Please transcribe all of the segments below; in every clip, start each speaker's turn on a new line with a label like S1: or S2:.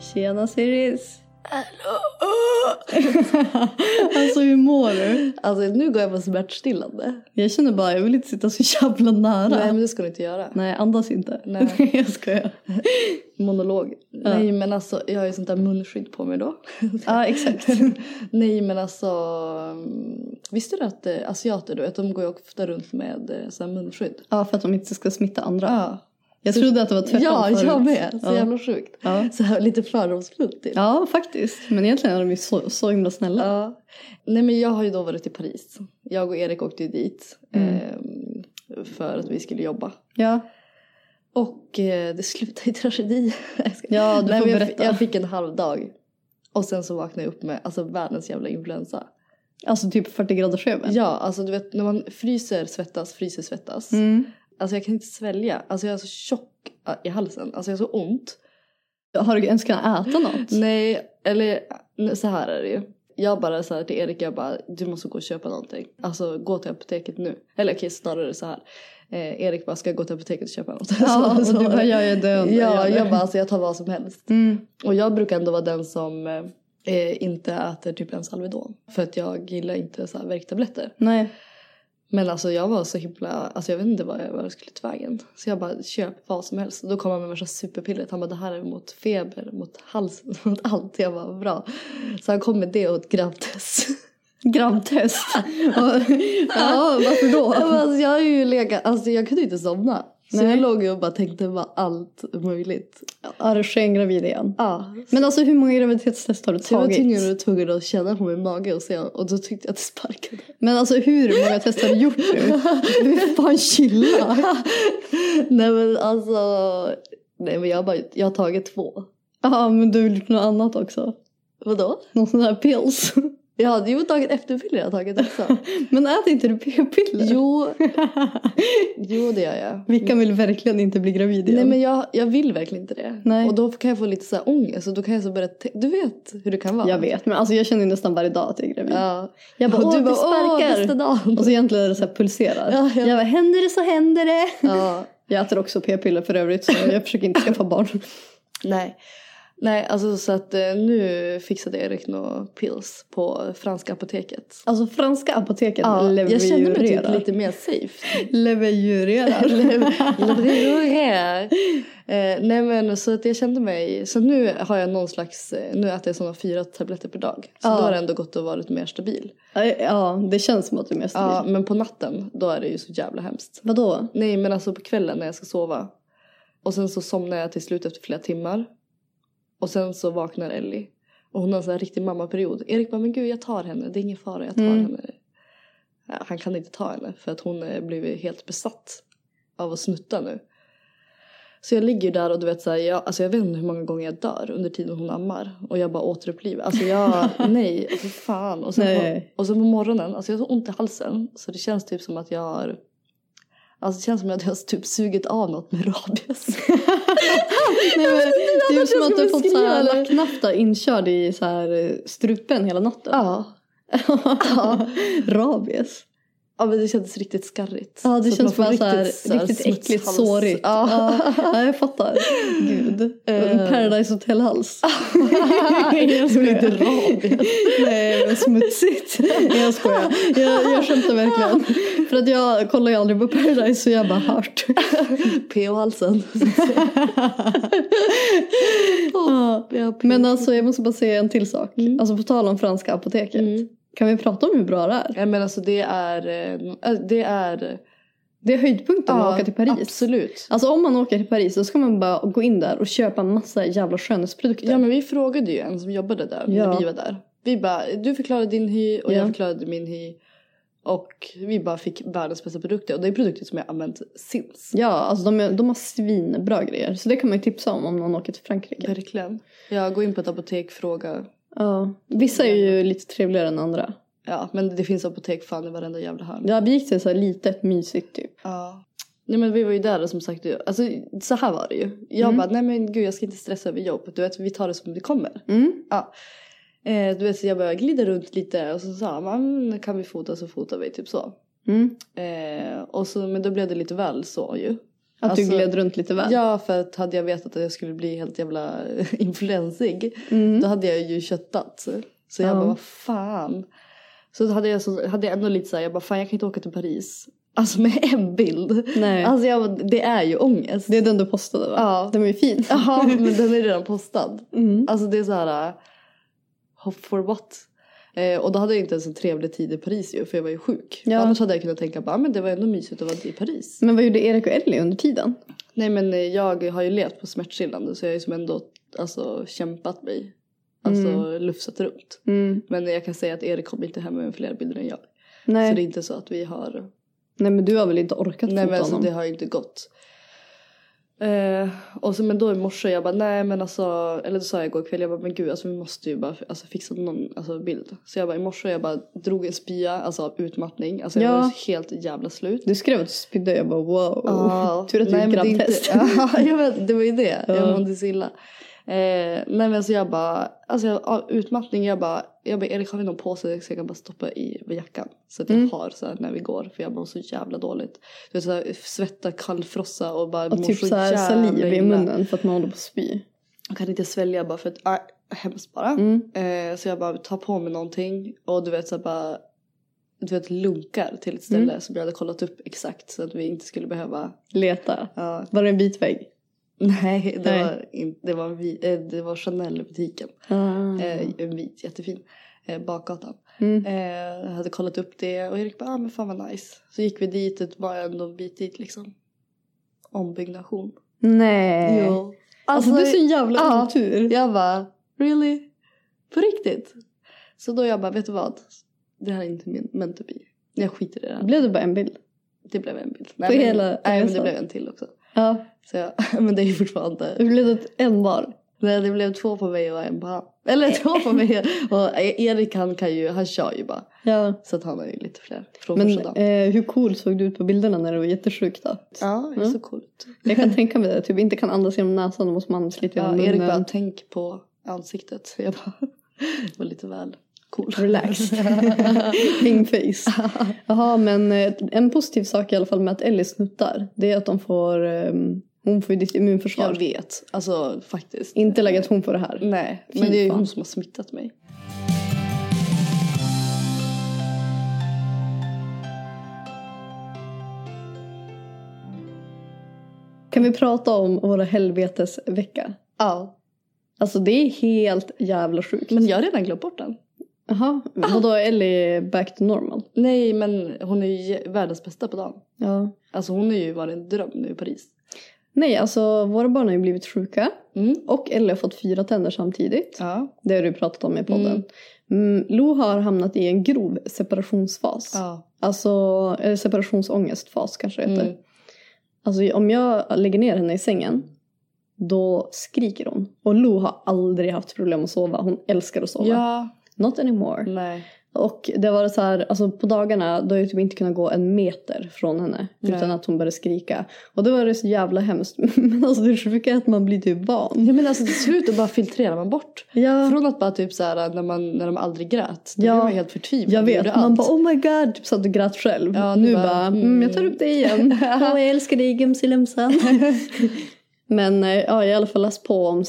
S1: Tjena Siris!
S2: Hallå!
S1: Alltså hur mår du?
S2: Alltså nu går jag på smärtstillande.
S1: Jag känner bara jag vill inte sitta så jävla nära.
S2: Nej men det ska du inte göra.
S1: Nej, andas inte.
S2: Nej.
S1: jag skojar.
S2: Monolog. Nej men alltså jag har ju sånt där munskydd på mig då.
S1: Ja exakt.
S2: Nej men alltså. mm, Visste du att eh, asiater du vet de går ju ofta runt med eh, sån här munskydd.
S1: Ja för att de inte ska smitta andra.
S2: Ja.
S1: Jag trodde att det var tvärtom
S2: Ja
S1: förut.
S2: jag med. Så
S1: Ja.
S2: jävla sjukt.
S1: Ja.
S2: Så här, lite fördomsfullt typ. till.
S1: ja faktiskt. Men egentligen är de ju så, så himla snälla.
S2: Ja. Nej men jag har ju då varit i Paris. Jag och Erik åkte ju dit.
S1: Mm.
S2: ehm, för att vi skulle jobba.
S1: Ja.
S2: Och eh, det slutade i tragedi. Jag ska-
S1: Ja, du
S2: Nej,
S1: får
S2: men jag,
S1: berätta.
S2: jag fick en halv dag. Och sen så vaknade jag upp med alltså, världens jävla influensa.
S1: Alltså typ 40 graders feber.
S2: Ja, alltså du vet när man fryser, svettas, fryser, svettas.
S1: Mm.
S2: Alltså jag kan inte svälja. Alltså jag är så tjock eh, i halsen. Alltså jag har så ont.
S1: Har du ens kunnat äta något?
S2: Nej, eller nej, så här är det ju. Jag bara så här till Erik, jag bara du måste gå och köpa någonting. Alltså gå till apoteket nu. Eller okej snarare så här. Eh, Erik bara ska jag gå till apoteket och köpa något?
S1: Ja,
S2: Så-
S1: och du
S2: så-
S1: bara jag är döende.
S2: Ja,
S1: det.
S2: jag bara alltså jag tar vad som helst.
S1: Mm.
S2: Och jag brukar ändå vara den som eh, inte äter typ ens Alvedon. För att jag gillar inte så här värktabletter.
S1: Nej.
S2: Men alltså jag var så himla, alltså jag vet inte vad jag, vad jag skulle ta vägen. Så jag bara köp vad som helst. Och då kom han med värsta superpillret. Han bara det här är mot feber, mot halsen, mot allt. Jag bara bra. Så han kom med det och ett grabbtest.
S1: Grabbtest. ja varför då?
S2: Jag bara, alltså jag har ju legat, alltså jag kunde inte somna. Så
S1: Nej.
S2: jag låg ju och bara tänkte bara allt möjligt.
S1: Är du skengravid igen?
S2: Ja,
S1: Men alltså hur många graviditetstest har du
S2: så jag var
S1: tagit?
S2: tvungen, och tvungen att känna på min mage och se och då tyckte jag att det sparkade.
S1: Men alltså hur många test har du gjort nu? Du är fan chilla.
S2: Nej men alltså. Nej men jag har, bara, jag har tagit två.
S1: Ja men du har gjort något annat också.
S2: Vadå?
S1: Någon sån där pills.
S2: Jag hade ju tagit efterpiller jag har tagit också.
S1: Men äter inte du p-piller?
S2: jo, jo det gör jag.
S1: Vilka vill verkligen inte bli gravid igen?
S2: Nej men jag, jag vill verkligen inte det.
S1: Nej.
S2: Och då kan jag få lite så här ångest och då kan jag så börja te- Du vet hur det kan vara.
S1: Jag vet men alltså jag känner nästan varje dag att jag är gravid.
S2: Ja.
S1: Jag bara,
S2: och
S1: åh,
S2: du
S1: det
S2: bara åh
S1: sparkar."
S2: bästa dagen.
S1: Och så egentligen är det så här pulserar.
S2: Ja, ja.
S1: Jag bara händer det så händer det.
S2: ja.
S1: Jag äter också p-piller för övrigt så jag försöker inte skaffa barn.
S2: Nej. Nej alltså så att eh, nu fixade Erik några pills på franska apoteket.
S1: Alltså franska apoteket
S2: Ja, jag kände mig typ
S1: levererar.
S2: lite mer safe.
S1: Levererar.
S2: eh, nej men så att jag kände mig, så nu har jag någon slags, eh, nu äter jag sådana fyra tabletter per dag. Så
S1: Ja.
S2: då har det ändå gått och varit mer stabil.
S1: ja det känns som att du är mest
S2: Ja, men på natten då är det ju så jävla hemskt.
S1: Vadå?
S2: Nej men alltså på kvällen när jag ska sova. Och sen så somnar jag till slut efter flera timmar. Och sen så vaknar Ellie. Och hon har en sån här riktig mammaperiod. Erik bara men gud jag tar henne, det är ingen fara jag tar
S1: Mm.
S2: henne. Ja, Han kan inte ta henne för att hon eh, blivit helt besatt av att snutta nu. Så jag ligger ju där och du vet så här, jag, alltså jag vet inte hur många gånger jag dör under tiden hon ammar. Och jag bara återupplivar. Alltså jag, nej, för fan. Och sen,
S1: Nej.
S2: På, och sen på morgonen, alltså jag har så ont i halsen. Så det känns typ som att jag har, alltså det känns som att jag har typ sugit av något med rabies.
S1: Nej, men, det är
S2: jag
S1: som att
S2: ska
S1: du har fått så här
S2: beskriva det.
S1: lacknafta inkörd i så här eh, strupen hela natten.
S2: ja.
S1: Rabies.
S2: Ja men det kändes riktigt skarrigt.
S1: Ja, det
S2: att
S1: känns
S2: man
S1: bara
S2: får
S1: så här,
S2: här
S1: riktigt äckligt
S2: smutshals.
S1: sårigt.
S2: Ja.
S1: Ja. ja, jag fattar. Gud.
S2: Eh.
S1: Paradise Hotel-hals.
S2: jag
S1: skojar.
S2: blir lite rabig.
S1: Nej, men smutsigt. Jag skojar. Jag, jag skämtar verkligen. För att jag kollar ju aldrig på Paradise så jag har bara hört.
S2: PH-halsen.
S1: Ja.
S2: Jag har PH.
S1: Men alltså jag måste bara säga en till sak.
S2: Mm.
S1: Alltså på tal om franska apoteket.
S2: Mm.
S1: Kan vi prata om hur bra det är?
S2: Nej men alltså det är... eh, Det är...
S1: Det är höjdpunkten med att åka till Paris.
S2: Absolut.
S1: Alltså om man åker till Paris så ska man bara gå in där och köpa en massa jävla skönhetsprodukter.
S2: Ja men vi frågade ju en som jobbade där
S1: Ja.
S2: när vi var där. Vi bara, du förklarade din hy och
S1: Ja.
S2: jag förklarade min hy. Och vi bara fick världens bästa produkter. Och det är produkter som jag använt since.
S1: Ja, alltså de, är- de har svinbra grejer. Så det kan man ju tipsa om om någon åker till Frankrike.
S2: Verkligen. Jag går in på ett apotek, fråga.
S1: Ja. Vissa är ju lite trevligare än andra.
S2: Ja men det finns apotek fan i varenda jävla hörn.
S1: Ja, vi gick till så här litet mysigt typ.
S2: Ja. Nej men vi var ju där och som sagt, alltså så här var det ju. Jag
S1: Mm.
S2: bara, nej men gud jag ska inte stressa över jobbet. Du vet vi tar det som det kommer.
S1: Mm.
S2: Eh, du vet så jag bara glider runt lite och så sa man kan vi fota så fotar vi typ så.
S1: Mm.
S2: Eh, och så, men då blev det lite väl så ju.
S1: Att du
S2: Alltså,
S1: gled runt lite väl.
S2: Ja för att hade jag vetat att jag skulle bli helt jävla influensig
S1: Mm.
S2: då hade jag ju köttat. Så jag
S1: Ja.
S2: bara vad fan. Så hade jag, så, hade jag ändå lite såhär, jag bara fan jag kan inte åka till Paris. Alltså med en bild.
S1: Nej.
S2: Alltså jag, bara, det är ju ångest.
S1: det är den du postade va?
S2: Ja.
S1: Den var ju fin.
S2: Ja men den är redan postad.
S1: Mm.
S2: Alltså det är så här eh, hopp for what? Eh, och då hade jag inte ens en trevlig tid i Paris ju för jag var ju sjuk.
S1: Ja.
S2: Annars hade jag kunnat tänka bara, "Ah, men det var ändå mysigt att vara i Paris.
S1: Men vad gjorde Erik och Ellie under tiden?
S2: Nej men eh, jag har ju levt på smärtstillande så jag har ju som ändå alltså, kämpat mig. Alltså lufsat runt.
S1: Mm.
S2: Men jag kan säga att Erik kom inte hem med fler bilder än jag. Så
S1: Nej.
S2: det är inte så att vi har
S1: Nej men du har väl inte orkat
S2: Nej
S1: fota
S2: men alltså,
S1: honom?
S2: det har ju inte gått. Eh, och så, men då i morse jag bara nej men alltså, eller då sa jag igår kväll jag bara men gud alltså vi måste ju bara alltså, fixa någon alltså, bild. Så jag bara i morse jag bara drog en spya alltså av utmattning. Alltså jag
S1: Ja.
S2: var helt jävla slut.
S1: Du skrev att du spydde jag bara wow.
S2: Ja,
S1: Tur att du
S2: Oh, nej,
S1: gick
S2: men det är
S1: grabbtest.
S2: inte- Ja, jag vet, det var ju det.
S1: Ja.
S2: Jag mådde så illa. Eh, nej men alltså jag bara, alltså jag, ja, utmattning jag bara, jag bara Erik har vi någon påse så jag kan bara stoppa i med jackan. Så att jag
S1: Mm.
S2: har så här när vi går för jag mår så jävla dåligt. Du vet så här, svetta, kallfrossa och bara
S1: Och
S2: mår
S1: typ
S2: så
S1: så här
S2: jävla
S1: saliv i
S2: illa.
S1: munnen för att man håller på att spy.
S2: Jag kan inte svälja bara för att, äh, hemskt bara.
S1: Mm.
S2: Eh, så jag bara tar på mig någonting och du vet så här bara du vet lunkar till ett
S1: Mm.
S2: ställe som jag hade kollat upp exakt så att vi inte skulle behöva
S1: Leta.
S2: ja,
S1: Var det en vit vägg?
S2: Nej, det,
S1: Nej.
S2: Var, in, det, var, vi, eh, det var Chanel-butiken.
S1: Ah.
S2: Eh, en vit, jättefin. Eh, bakgatan.
S1: Mm.
S2: Eh, jag hade kollat upp det och Erik bara, ah, men fan vad nice. Så gick vi dit, det var ändå en bit dit liksom. Ombyggnation.
S1: Nej.
S2: Jo.
S1: Alltså, det är så jävla
S2: ja.
S1: otur.
S2: Jag bara, really? På riktigt? Så då jag bara, vet du vad? Det här är inte min meant to be. Jag skiter i det här.
S1: Blev det bara en bild?
S2: Det blev en bild.
S1: På
S2: men,
S1: hela
S2: Nej, men det
S1: resan?
S2: blev en till också.
S1: Ja.
S2: Så jag, men det är ju fortfarande
S1: Det blev det en var?
S2: Nej det blev två på mig och en på han. Eller två på mig och Erik han kan ju, han kör ju bara.
S1: Ja.
S2: Så att han har ju lite fler från
S1: Men
S2: första dagen.
S1: eh, hur cool såg du ut på bilderna när du var jättesjuk då?
S2: ja det är
S1: mm.
S2: så coolt.
S1: Jag kan tänka mig det. Typ inte kan andas genom näsan, då måste man andas lite
S2: Ja,
S1: genom
S2: Erik bara
S1: munnen.
S2: tänk på ansiktet. Jag bara var lite väl cool.
S1: Relaxed. Hangface. Jaha men eh, en positiv sak i alla fall med att Ellie snuttar. Det är att de får, eh, hon får ju ditt immunförsvar.
S2: jag vet, alltså faktiskt.
S1: Inte lägga att hon får det här.
S2: Nej
S1: Fy
S2: men det är ju
S1: fan.
S2: hon som har smittat mig.
S1: Kan vi prata om våra helvetesvecka?
S2: Ja.
S1: Alltså det är helt jävla sjukt.
S2: Men jag har redan glömt bort den.
S1: Jaha,
S2: Ah.
S1: vadå är Ellie back to normal?
S2: Nej men hon är ju världens bästa på dagen.
S1: Ja.
S2: Alltså hon är ju varit en dröm nu i Paris.
S1: Nej alltså våra barn har ju blivit sjuka.
S2: Mm.
S1: Och Ellie har fått fyra tänder samtidigt.
S2: Ja.
S1: Det har du pratat om i podden. Mm. Lo har hamnat i en grov separationsfas.
S2: Ja.
S1: Alltså eller separationsångestfas kanske det heter.
S2: Mm.
S1: Alltså om jag lägger ner henne i sängen. Då skriker hon. Och Lo har aldrig haft problem att sova. Hon älskar att sova.
S2: Ja. Mm.
S1: Not anymore.
S2: Nej.
S1: Och det var så här, alltså på dagarna då har jag typ inte kunnat gå en meter från henne.
S2: Nej.
S1: Utan att hon började skrika. Och då var det så jävla hemskt. Men alltså det sjuka är att man blir typ van.
S2: Ja men alltså till slut då bara filtrerar man bort.
S1: Ja.
S2: Från att bara typ såhär när, man, när de aldrig grät. Då
S1: Ja.
S2: blev man ju helt förtvivlad.
S1: Jag
S2: och
S1: vet,
S2: gjorde
S1: man
S2: allt.
S1: bara oh my god, typ satt och grät själv.
S2: Ja,
S1: nu
S2: du
S1: bara,
S2: bara,
S1: mm, jag tar upp det igen. Åh, jag älskar dig Gumsilemsan. Men eh, ja, jag har i alla fall läst på om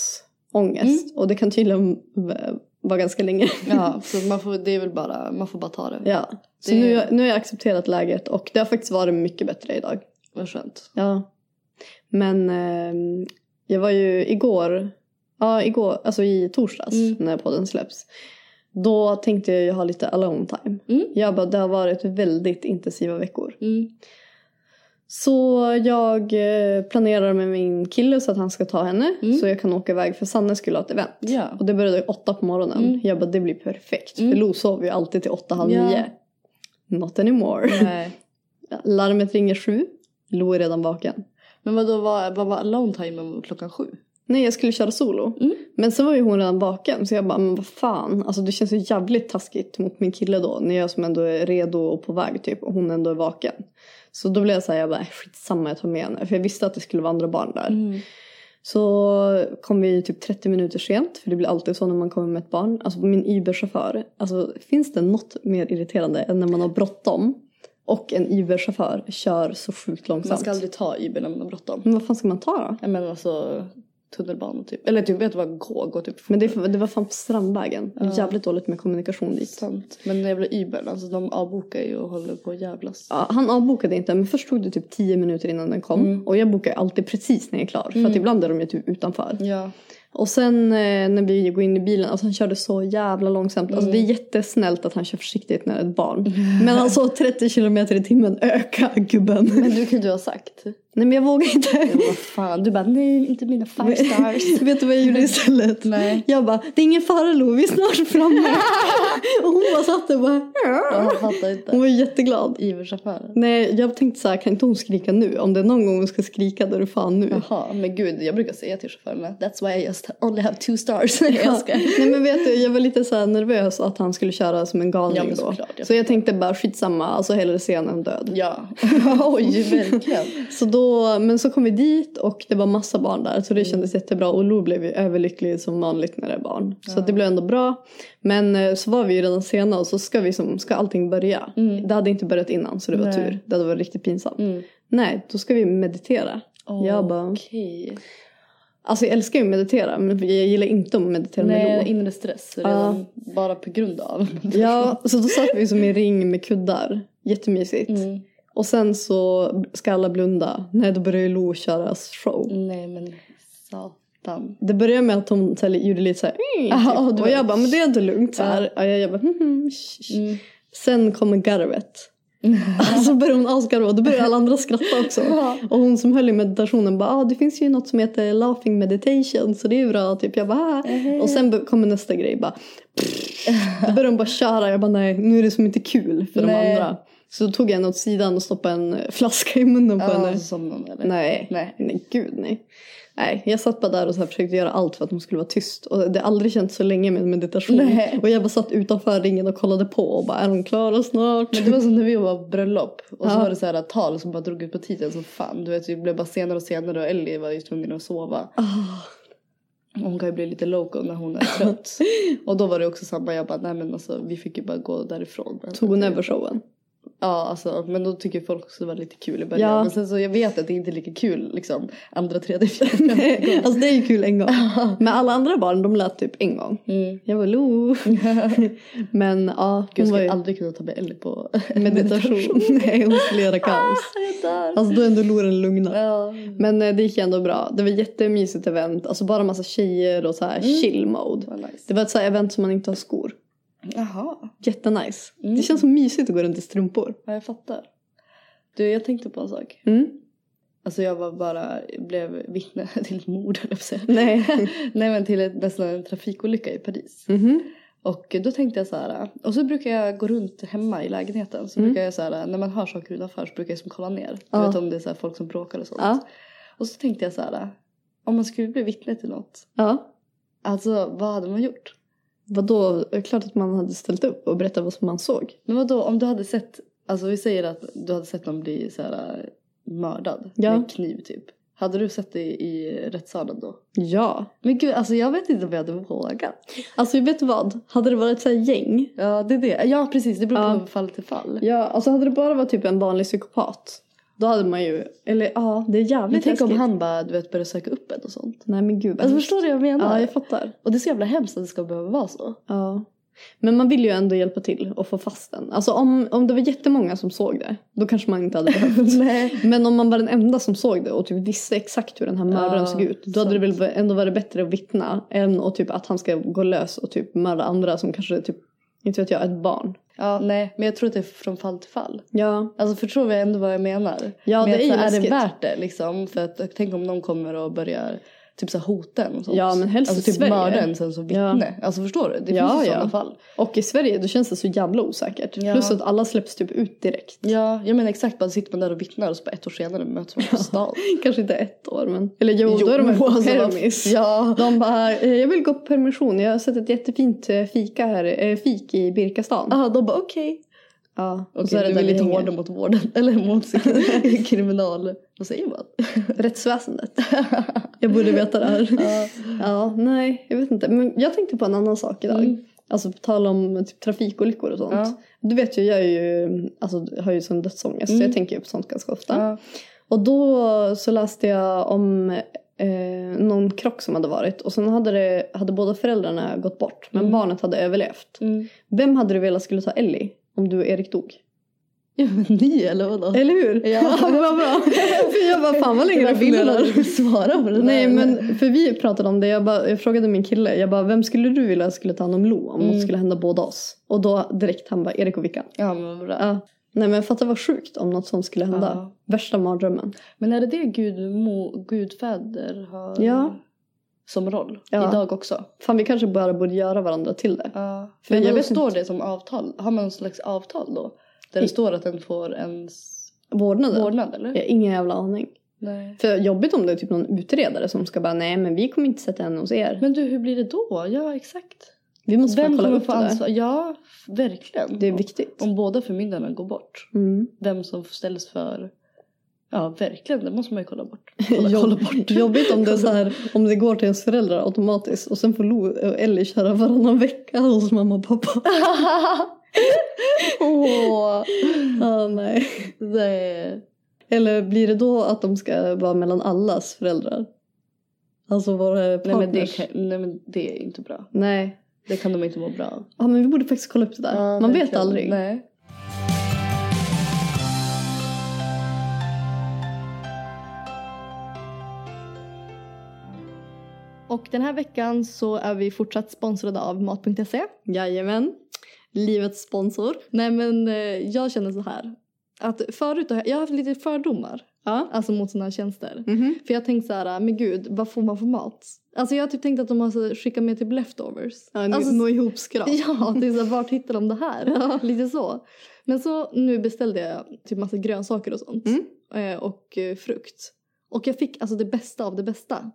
S1: separationsångest. Och det kan tydligen v- vara ganska länge.
S2: Mm. Ja, så man får, det är väl bara, man får bara ta det.
S1: ja. Så
S2: Det-
S1: nu, nu har jag accepterat läget och det har faktiskt varit mycket bättre idag.
S2: Vad skönt.
S1: Ja. Men eh, jag var ju igår, ja igår, alltså i torsdags
S2: Mm.
S1: när podden släpps. Då tänkte jag ju ha lite alone time.
S2: Mm.
S1: Jag bara, det har varit väldigt intensiva veckor.
S2: Mm.
S1: Så jag eh, planerar med min kille så att han ska ta henne.
S2: Mm.
S1: Så jag kan åka iväg för Sanne skulle ha ett event.
S2: Ja.
S1: Och det började åtta på morgonen.
S2: Mm.
S1: Jag bara, det blir perfekt.
S2: Mm.
S1: För Lo sover ju alltid till åtta, halv
S2: Ja.
S1: nio. Not anymore.
S2: Nej.
S1: Larmet ringer sju. Lo är redan vaken.
S2: Men vadå, vad, vad var alone time klockan sju?
S1: Nej jag skulle köra solo.
S2: Mm.
S1: Men så var ju hon redan vaken så jag bara, men vad fan. Alltså det känns ju jävligt taskigt mot min kille då. När jag som ändå är redo och på väg typ och hon ändå är vaken. Så då blev jag såhär, jag bara "Äh, skitsamma jag tar med henne. För jag visste att det skulle vara andra barn där.
S2: Mm.
S1: Så kom vi typ 30 minuter sent. För det blir alltid så när man kommer med ett barn. Alltså min Uber-chaufför. Alltså finns det något mer irriterande än när man har bråttom. Och en Uber-chaufför kör så sjukt långsamt.
S2: Man ska aldrig ta Uber när man har bråttom.
S1: Men vad fan ska man ta då?
S2: Jag menar alltså tunnelbanan typ. Eller typ vet du vad, gå, gå typ.
S1: Men det, det var fan på Strandvägen.
S2: Ja.
S1: Jävligt dåligt med kommunikation dit.
S2: sant. Men när jag blev Uber, alltså de avbokar ju och håller på att jävlas.
S1: Ja, han avbokade inte men först tog det typ 10 minuter innan den kom.
S2: Mm.
S1: Och jag bokar alltid precis när jag är klar. För att
S2: Mm.
S1: ibland är de ju typ utanför.
S2: Ja.
S1: Och sen eh, när vi går in i bilen, alltså han körde så jävla långsamt. Alltså det
S2: Mm.
S1: är jättesnällt att han kör försiktigt när det är ett barn. Men alltså 30 kilometer i timmen, öka gubben.
S2: Men du kunde ju ha sagt.
S1: Nej men jag vågar inte.
S2: Jag bara, Vad fan, du bara nej inte mina five stars.
S1: Vet du vad jag gjorde istället?
S2: Nej.
S1: Jag bara, det är ingen fara Lo, vi är snart framme. och hon bara satt där och bara,
S2: Ja, Jag fattar
S1: hon
S2: inte.
S1: var jätteglad.
S2: Uber-chauffören.
S1: Nej, jag tänkte så här, kan inte hon skrika nu? Om det är någon gång hon ska skrika, då är det fan nu.
S2: Jaha, men gud jag brukar säga till chaufförerna that's why I just only have two stars. Nej, jag ska.
S1: Nej men vet du, jag var lite så här nervös att han skulle köra som en galning
S2: Ja, men
S1: då.
S2: såklart, ja.
S1: Så jag tänkte bara skitsamma, alltså hellre sen än död.
S2: Ja, oj verkligen.
S1: Så då, men så kom vi dit och det var massa barn där så det
S2: Mm.
S1: kändes jättebra och Lo blev ju överlycklig som vanligt när det är barn. Så att det blev ändå bra. Men eh, så var vi ju redan sena och så ska, vi som, ska allting börja.
S2: Mm.
S1: Det hade inte börjat innan så det var
S2: Nej.
S1: tur. Det hade varit riktigt pinsamt.
S2: Mm.
S1: Nej, då ska vi meditera. Jag bara,
S2: Okej.
S1: alltså jag älskar ju att meditera men jag gillar inte att meditera med Lo.
S2: Nej, inre stress redan bara på grund av.
S1: Ja, så då satt vi som i ring med kuddar. Jättemysigt.
S2: Mm.
S1: Och sen så ska alla blunda. Nej, då börjar ju Lo köra show.
S2: Nej men satan.
S1: Det började med att hon så här, gjorde lite så här... "Mm",
S2: Ja,
S1: typ.
S2: du
S1: och jag
S2: vet.
S1: bara, men det är inte lugnt. Så här. Och jag, jag bara, "Hmm, hmm, sh, sh."
S2: Mm.
S1: Sen kommer garvet. Alltså börjar hon asgarva och då börjar alla andra skratta också.
S2: Ja.
S1: Och hon som höll i meditationen bara, ah, det finns ju något som heter laughing meditation så det är ju bra. Typ. Jag bara, ah.
S2: Mhm.
S1: Och sen be- kommer nästa grej bara. Då börjar hon bara köra. Jag bara, nej nu är det som inte kul för
S2: Nej.
S1: de andra. Så då tog jag henne åt sidan och stoppade en flaska i munnen på
S2: Ja,
S1: henne.
S2: så somnade hon, eller?
S1: Nej.
S2: Nej.
S1: Nej, gud nej. Nej, jag satt bara där och så här försökte göra allt för att hon skulle vara tyst. Och det har aldrig känts så länge med en meditation.
S2: Nej.
S1: Och jag bara satt utanför ringen och kollade på och bara, är de klara snart?
S2: Men det var som när vi var på bröllop och så
S1: Ja.
S2: var det så här tal som bara drog ut på tiden som fan. Du vet det blev bara senare och senare och Ellie var ju tvungen att sova.
S1: Ah,
S2: Och Hon kan ju bli lite loco när hon är trött. och då var det också samma, jag bara nej men alltså vi fick ju bara gå därifrån.
S1: tog hon över showen?
S2: Ja alltså men då tycker folk också det var lite kul i början.
S1: Ja.
S2: Men sen så jag vet att det inte är lika kul liksom andra, tredje, fjärde gången.
S1: alltså det är ju kul en gång. Men alla andra barn de lät typ en gång.
S2: Mm.
S1: Jag var lo. Men ja, hon var
S2: Gud, jag skulle
S1: ju Ah,
S2: aldrig kunna ta med Ellie på
S1: meditation. nej, hon skulle göra kaos.
S2: jag dör.
S1: Alltså då är ändå Lo den lugna.
S2: Ja.
S1: Men eh, det gick ändå bra. Det var jättemysigt event. Alltså bara massa tjejer och så här chill mode.
S2: Mm. Vad nice.
S1: Det var ett så här event som man inte har skor.
S2: Jaha,
S1: Jättenice.
S2: Mm.
S1: Det känns så mysigt att gå runt i strumpor.
S2: ja, jag fattar. Du, jag tänkte på en sak.
S1: Mm.
S2: Alltså jag var bara, blev vittne till ett mord höll jag på att säga.
S1: Nej.
S2: Nej men till ett, nästan en trafikolycka i Paris.
S1: Mhm.
S2: Och då tänkte jag så här, och så brukar jag gå runt hemma i lägenheten. Så
S1: Mm.
S2: brukar jag så här, när man hör saker utanför så brukar jag som kolla ner.
S1: Ja.
S2: Du vet om det är så här folk som bråkar och sånt.
S1: Ja.
S2: Och så tänkte jag så här, om man skulle bli vittne till något.
S1: ja.
S2: Alltså vad hade man gjort?
S1: Vadå, det är klart att man hade ställt upp och berättat vad som man såg.
S2: Men vadå, om du hade sett, alltså vi säger att du hade sett någon bli så här eh, mördad
S1: Ja.
S2: med kniv typ. Hade du sett det i rättssalen då?
S1: Ja.
S2: Men gud, alltså jag vet inte om jag hade vågat.
S1: Alltså vet du vad? Hade det varit ett så här gäng.
S2: Ja, det är det. Ja, precis. Det beror på
S1: Ja.
S2: fall till fall.
S1: Ja, alltså hade det bara varit typ en vanlig psykopat. Då hade man ju, eller ja, det är jävligt
S2: Men tänk om
S1: läskigt.
S2: han bara, du vet, börjar söka upp en och sånt.
S1: Nej men gud. vad
S2: Alltså
S1: hemskt.
S2: förstår du vad jag menar?
S1: Ja, jag fattar.
S2: Och det är så jävla hemskt att det ska behöva vara så.
S1: Ja. Men man vill ju ändå hjälpa till och få fast den. Alltså om, om det var jättemånga som såg det, då kanske man inte hade behövt.
S2: Nej.
S1: Men om man var den enda som såg det och typ visste exakt hur den här mördaren
S2: Ja,
S1: såg ut. Då hade det väl ändå varit bättre att vittna än att typ att han ska gå lös och typ mörda andra som kanske är typ, inte vet jag, ett barn.
S2: Ja, nej. Men jag tror att det är från fall till fall.
S1: Ja,
S2: Alltså förstår vi ändå vad jag menar?
S1: Ja, det
S2: Med att
S1: är
S2: så
S1: ju
S2: här, är det
S1: läskigt.
S2: värt det liksom? För att tänk om någon kommer och börjar typ så här, hota en och sånt.
S1: Ja, men helst
S2: alltså,
S1: i
S2: typ
S1: Sverige.
S2: mörda en sen som vittne. Alltså förstår du? Det
S1: Ja,
S2: finns ju
S1: ja.
S2: sådana fall.
S1: och i Sverige då känns det så jävla osäkert.
S2: Ja.
S1: Plus att alla släpps typ ut direkt.
S2: Ja, jag menar exakt. Bara sitter man där och vittnar och så bara ett år senare möts man på stan.
S1: Kanske inte ett år men. Eller jo, då är de
S2: Jo,
S1: på
S2: alltså,
S1: permis.
S2: Ja.
S1: De bara, eh, jag vill gå på permission. Jag har sett ett jättefint eh, fika här. eh, Fik i Birkastan.
S2: Ja, de bara okej.
S1: Ja,
S2: Och så är det där lite hårdare mot vården. Eller mot sin- kriminal... Vad säger man?
S1: Mm. Rättsväsendet. jag borde veta det här.
S2: Ja.
S1: Ja, nej, jag vet inte. Men jag tänkte på en annan sak idag.
S2: Mm.
S1: Alltså på tal om typ, trafikolyckor och sånt.
S2: Ja.
S1: Du vet ju, jag är ju, alltså, har ju sån dödsångest så
S2: Mm.
S1: jag tänker ju på sånt ganska ofta.
S2: Ja.
S1: Och då så läste jag om eh, någon krock som hade varit och sen hade, det, hade båda föräldrarna gått bort men
S2: Mm.
S1: barnet hade överlevt.
S2: Mm.
S1: Vem hade du velat skulle ta Ellie om du och Erik dog?
S2: Ja, men ni eller vadå?
S1: Eller hur?
S2: Ja.
S1: vad bra. För jag bara, fan vad länge
S2: Jag
S1: jag
S2: vill aldrig
S1: funderar.
S2: svara på det där.
S1: Nej men för vi pratade om det, jag, bara, jag frågade min kille, jag bara vem skulle du vilja skulle ta hand om Lo om något
S2: Mm.
S1: skulle hända båda oss? Och då direkt han bara Erik och Vickan.
S2: Ja, men vad bra.
S1: Ja. Nej men fatta vad sjukt om något sånt skulle hända.
S2: Ja.
S1: Värsta mardrömmen.
S2: Men är det det Gud, mo, gudfäder har
S1: Ja.
S2: som roll
S1: Ja.
S2: idag också?
S1: Fan vi kanske bara borde göra varandra till det.
S2: Ja.
S1: För
S2: men
S1: jag
S2: då
S1: vet
S2: står det som avtal? Har man någon slags avtal då? Där det
S1: I-
S2: står att den får ens
S1: Vårdnaden?
S2: vårdnad eller?
S1: Jag har ingen jävla aning.
S2: Nej.
S1: För jobbigt om det är typ någon utredare som ska bara nej men vi kommer inte sätta henne hos er.
S2: Men du, hur blir det då? Ja, exakt.
S1: vi måste
S2: Vem
S1: fan kolla
S2: kommer
S1: upp
S2: få
S1: det. där.
S2: ansvar? Ja, verkligen.
S1: Det är viktigt.
S2: Om båda förmyndarna går bort.
S1: Mm.
S2: Vem som ställs för... Ja, verkligen. Det måste man ju kolla bort.
S1: Jobb- Jobbigt om det är så
S2: Kolla.
S1: här, om det går till ens föräldrar automatiskt och sen får Lo och Ellie köra varannan vecka hos mamma och pappa.
S2: Åh,
S1: Ja, nej.
S2: nej.
S1: Eller blir det då att de ska vara mellan allas föräldrar? Alltså våra partners?
S2: Nej, men det kan, nej men det är inte bra.
S1: Nej.
S2: Det kan de inte må bra av.
S1: Ja men vi borde faktiskt kolla upp det där.
S2: Ja,
S1: Man vet
S2: verkligen.
S1: aldrig.
S2: Nej.
S3: Och den här veckan så är vi fortsatt sponsrade av Mat.se.
S1: Jajamän. Livets sponsor.
S3: Nej men eh, jag känner så här. Att förut har jag, jag har haft lite fördomar.
S1: Ja.
S3: Alltså mot sådana här tjänster.
S1: Mhm.
S3: För jag tänkte så här, men gud vad får man för mat? Alltså jag har typ tänkt att de har så- skickat med typ leftovers.
S1: Ja, nu,
S3: alltså,
S1: nå ihopskrap.
S3: ja, det är så här, vart hittar de det här? Lite så. Men så nu beställde jag typ massa grönsaker och sånt.
S1: Mm.
S3: Eh, och eh, frukt. Och jag fick alltså det bästa av det bästa.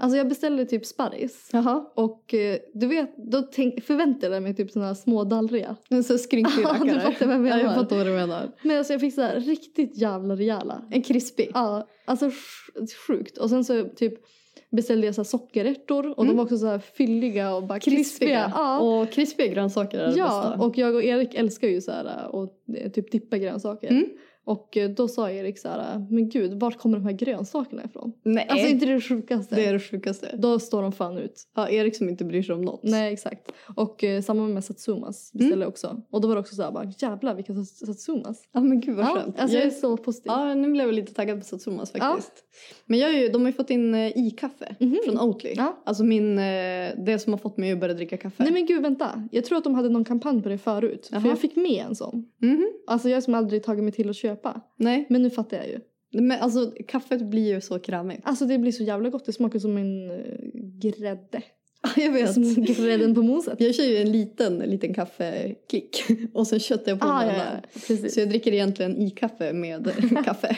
S3: Alltså jag beställde typ sparris.
S1: Jaha.
S3: Och eh, du vet, då tänk, förväntade jag mig typ såna här små dallriga.
S1: En sån skrynklig
S3: Ja,
S1: rackare.
S3: du fattar vad jag
S1: Ja, jag
S3: menar.
S1: fattar vad du menar.
S3: Men alltså jag fick så här riktigt jävla rejäla.
S1: En krispig.
S3: Ja, alltså sj- sjukt. Och sen så typ beställde jag så här sockerärtor och
S1: Mm.
S3: de var också så här fylliga och bara krispiga.
S1: Krispiga.
S3: Ja.
S1: Och krispiga grönsaker är det
S3: ja,
S1: bästa.
S3: och jag och Erik älskar ju så här eh, och eh, typ dippa grönsaker.
S1: Mm.
S3: Och eh, då sa Erik så här, eh, men gud, vart kommer de här grönsakerna ifrån?
S1: Nej.
S3: Alltså inte det sjukaste.
S1: Det är det sjukaste.
S3: Då står de fan ut.
S1: Ja, Erik som inte bryr sig om något.
S3: Nej exakt. Och eh, samma med Satsumas beställde
S1: Mm.
S3: jag också. Och då var det också så här bara jävlar vilka Sats- Satsumas.
S1: Ja men gud vad
S3: Ja,
S1: skönt.
S3: alltså jag är
S1: jag,
S3: så positiv.
S1: ja, nu blev jag lite taggad på Satsumas faktiskt. Men jag är ju, de har ju fått in eh, i-kaffe
S3: Mhm.
S1: från Oatly.
S3: Ja.
S1: Alltså min, eh, det som har fått mig att börja dricka kaffe.
S3: Nej men gud vänta. Jag tror att de hade någon kampanj på det förut.
S1: Jaha.
S3: För jag fick med en sån.
S1: Mhm.
S3: Alltså jag som aldrig tagit mig till att köpa.
S1: Nej.
S3: Men nu fattar jag ju.
S1: Men alltså kaffet blir ju så krämigt.
S3: Alltså det blir så jävla gott. Det smakar som en eh, grädde.
S1: jag vet.
S3: Som grädden på moset.
S1: Jag kör ju en liten, liten kaffeklick och sen köttar jag på
S3: Ah,
S1: mig
S3: ja,
S1: den
S3: ja,
S1: där.
S3: precis.
S1: Så jag dricker egentligen i-kaffe med kaffe.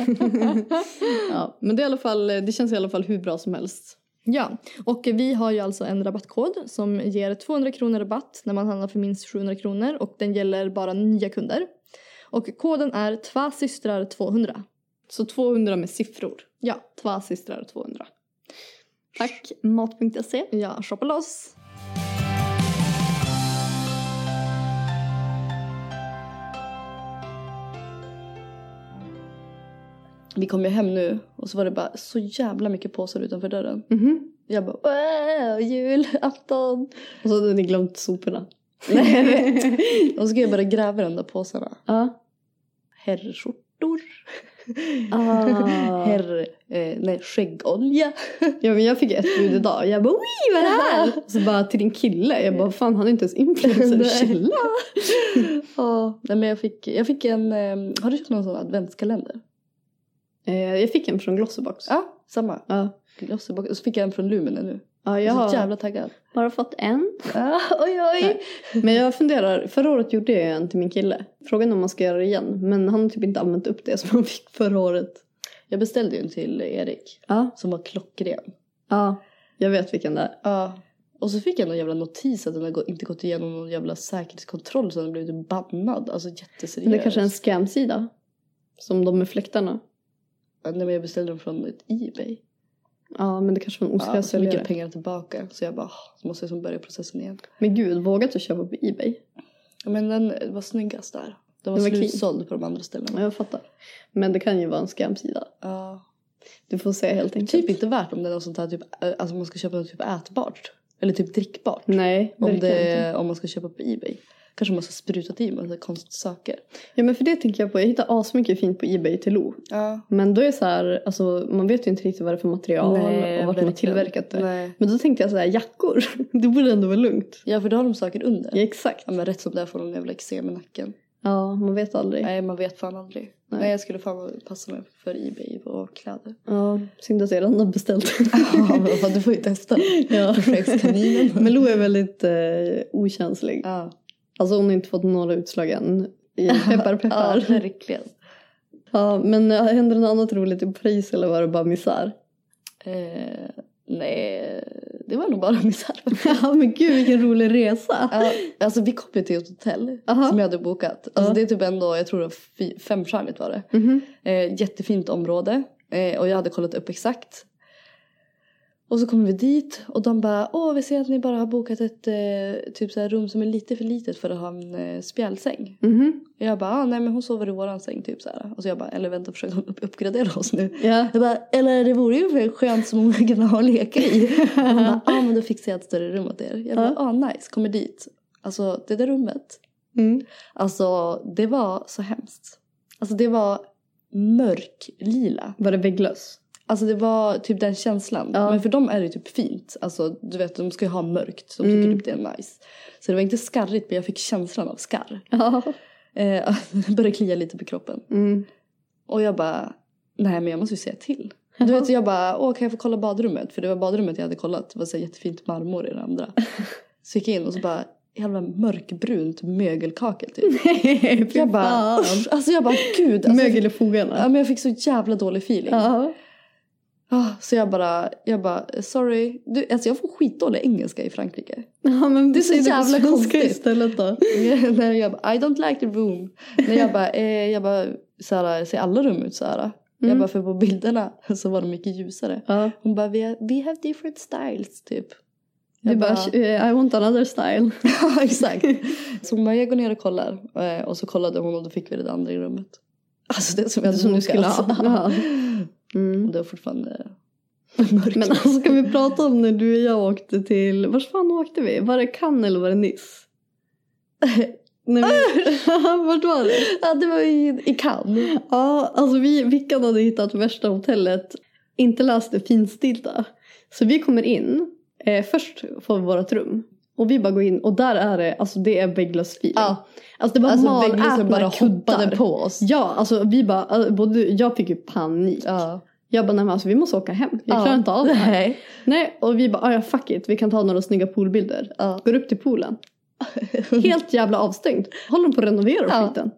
S1: ja, men det, är i alla fall, det känns i alla fall hur bra som helst.
S3: Ja, och vi har ju alltså en rabattkod som ger 200 kronor rabatt när man handlar för minst 700 kronor och den gäller bara nya kunder. Och koden är tvasystrar200.
S1: Så 200 med siffror.
S3: Ja,
S1: Två systrar 200. Tack mat.se.
S3: ja, shoppa loss!
S2: Vi kom ju hem nu och så var det bara så jävla mycket påsar utanför dörren.
S1: Mhm.
S2: Jag bara wow, julafton!
S1: Och så hade ni glömt soporna.
S2: Nej, jag vet. Och så ska jag börja gräva i de där påsarna.
S1: Ja.
S2: Herrskjortor.
S1: Ah.
S2: Herr... Eh, nej, skäggolja.
S1: Ja men jag fick ett bud idag. Jag bara oj vad är det här? Och så bara till din kille. Jag bara fan han är inte ens influencer i
S2: Nej.
S1: Killa.
S2: Ja, nej men jag fick, jag fick en... ehm, har du köpt någon sån adventskalender?
S1: Eh, jag fick en från Glossybox.
S2: Ja, samma.
S1: Ja.
S2: Glossy-box. Och så fick jag en från Lumene nu.
S1: Ja,
S2: Jag
S1: jag
S2: är
S1: har
S2: så jävla taggad.
S1: bara fått en.
S2: Ja, oj, oj.
S1: Men jag funderar, förra året gjorde jag en till min kille. Frågan är om man ska göra det igen. Men han har typ inte använt upp det som han fick förra året.
S2: Jag beställde ju en till Erik
S1: Ja,
S2: som var klockren.
S1: ja. Jag vet vilken det är.
S2: Ja. Och så fick jag någon jävla notis att den har gå- inte gått igenom någon jävla säkerhetskontroll så den har blivit bannad. Alltså jätteseriöst.
S1: Men det är kanske är en scam-sida. Som de med fläktarna.
S2: Ja, Nej men jag beställde den från ett Ebay.
S1: Ja, men det kanske var en
S2: Ja,
S1: oseriös
S2: så mycket
S1: säljare.
S2: pengar tillbaka. Så jag bara, "Åh, så måste jag som börja processen igen.
S1: Men gud, vågar du köpa på Ebay?
S2: Ja, Men den var snyggast där. Den var,
S1: Den var clean.
S2: slutsåld på de andra ställena.
S1: Ja, jag fattar. Men det kan ju vara en scam-sida.
S2: Ja.
S1: Du får se helt enkelt.
S2: Typ inte värt om det är något sånt här typ, äh, alltså man ska köpa något typ ätbart. Eller typ drickbart.
S1: Nej,
S2: om,
S1: verkligen inte.
S2: det, om man ska köpa på Ebay. Kanske man ska spruta i massa konstiga saker.
S1: Ja, men för det tänker jag på. Jag hittar asmycket fint på Ebay till Lo.
S2: Ja.
S1: Men då är det så här, alltså man vet ju inte riktigt vad det är för material och vart man har tillverkat det.
S2: Nej.
S1: Men då tänkte jag så här, jackor, det borde ändå vara lugnt.
S2: Ja för då har de saker under.
S1: Ja, exakt.
S2: Ja men rätt som det är får de en jävla eksem i nacken.
S1: Ja, man vet aldrig.
S2: Nej man vet fan aldrig. Nej, jag skulle fan passa mig för Ebay på kläder.
S1: Ja, synd att jag redan har beställt.
S2: Ja men vad, du får ju testa.
S1: ja.
S2: Försökskaninen.
S1: Men Lo är väldigt eh, okänslig.
S2: Ja.
S1: Alltså hon har inte fått några utslag än. I peppar peppar.
S2: Ja, verkligen.
S1: ja, men eh, händer det något annat roligt i Paris eller var det bara misär?
S2: Eh, nej, det var nog bara misär.
S1: ja men gud vilken rolig resa.
S2: Ja, alltså vi kom ju till ett hotell
S1: Aha.
S2: som jag hade bokat. Alltså
S1: Ja.
S2: det är typ ändå, jag tror det var fy- femstjärnigt var det.
S1: Mhm.
S2: Eh, jättefint område eh, och jag hade kollat upp exakt. Och så kommer vi dit och de bara, åh vi ser att ni bara har bokat ett eh, typ så här rum som är lite för litet för att ha en eh, spjälsäng.
S1: Mhm.
S2: Och jag bara, ah, nej men hon sover i våran säng typ så här. Och så jag bara, eller vänta försöker de upp- uppgradera oss nu?
S1: Ja.
S2: Jag bara, eller det vore ju skönt som hon kunde ha och leka i. Hon bara, ja ah, men då fixar jag ett större rum åt er. Jag bara,
S1: Ja.
S2: ah nice, kommer dit. Alltså det där rummet,
S1: Mm.
S2: alltså det var så hemskt. Alltså det var mörklila.
S1: Var det vägglöss?
S2: Alltså det var typ den känslan.
S1: Ja.
S2: Men för dem är det ju typ fint. Alltså du vet de ska ju ha mörkt. De tycker
S1: Mm.
S2: typ det är nice. Så det var inte skarrigt men jag fick känslan av skarr.
S1: Ja.
S2: Eh, det började klia lite på kroppen.
S1: Mm.
S2: Och jag bara, nej men jag måste ju säga till. Du vet, jag bara, åh kan jag få kolla badrummet? För det var badrummet jag hade kollat. Det var så här jättefint marmor i det andra. Så gick jag in och så bara, jävla mörkbrunt mögelkakel typ.
S1: Nej,
S2: Jag bara, usch, alltså jag bara gud. Alltså,
S1: Mögel i
S2: Ja,
S1: fogarna.
S2: men jag fick så jävla dålig feeling.
S1: Ja.
S2: Ah, Så jag bara, jag bara, sorry. Du, alltså jag får skitdålig engelska i Frankrike.
S1: ja, men
S2: Det är så
S1: säg
S2: jävla
S1: på svenska
S2: konstigt.
S1: istället då.
S2: Nej, jag bara, I don't like the room. Nej, jag bara, eh, jag bara så här, ser alla rum ut så här? Jag
S1: Mm.
S2: bara, för på bilderna så var de mycket ljusare.
S1: Ja.
S2: Hon bara, we, are- we have different styles typ.
S1: Du
S2: Jag
S1: bara,
S2: bara- eh,
S1: I want another style.
S2: Ja, exakt. Så hon bara, jag går ner och kollar. Eh, Och så kollade hon och då fick vi det andra i rummet. Alltså det som jag
S1: Det som du
S2: bokat.
S1: skulle ha. Ja. Mm.
S2: Det var fortfarande
S1: Men
S2: mörkt.
S1: alltså kan vi prata om när du och jag åkte till, vars fan åkte vi? Var det Cannes eller var det Nice? Nej, vi... Vart var det?
S2: Ja, det var i, i Cannes.
S1: Ja, alltså vi, Vickan hade hittat värsta hotellet, inte läst det finstilta. Så vi kommer in, eh, först får vi vårt rum. Och vi bara går in och där är det, alltså det är vägglös feeling.
S2: Ja.
S1: Alltså det var
S2: Alltså vägglösen
S1: malätna
S2: bara hoppade
S1: kuddar.
S2: på oss.
S1: Ja, alltså vi bara, alltså, både, jag fick ju panik.
S2: Ja.
S1: Jag bara, nej men alltså vi måste åka hem. Jag klarar inte av det här.
S2: Nej.
S1: Nej, och vi bara, "Ah, ja fuck it, vi kan ta några snygga poolbilder.
S2: Ja.
S1: Går upp till poolen. Helt jävla avstängd. Håller de på att renovera
S2: Ja.
S1: skiten.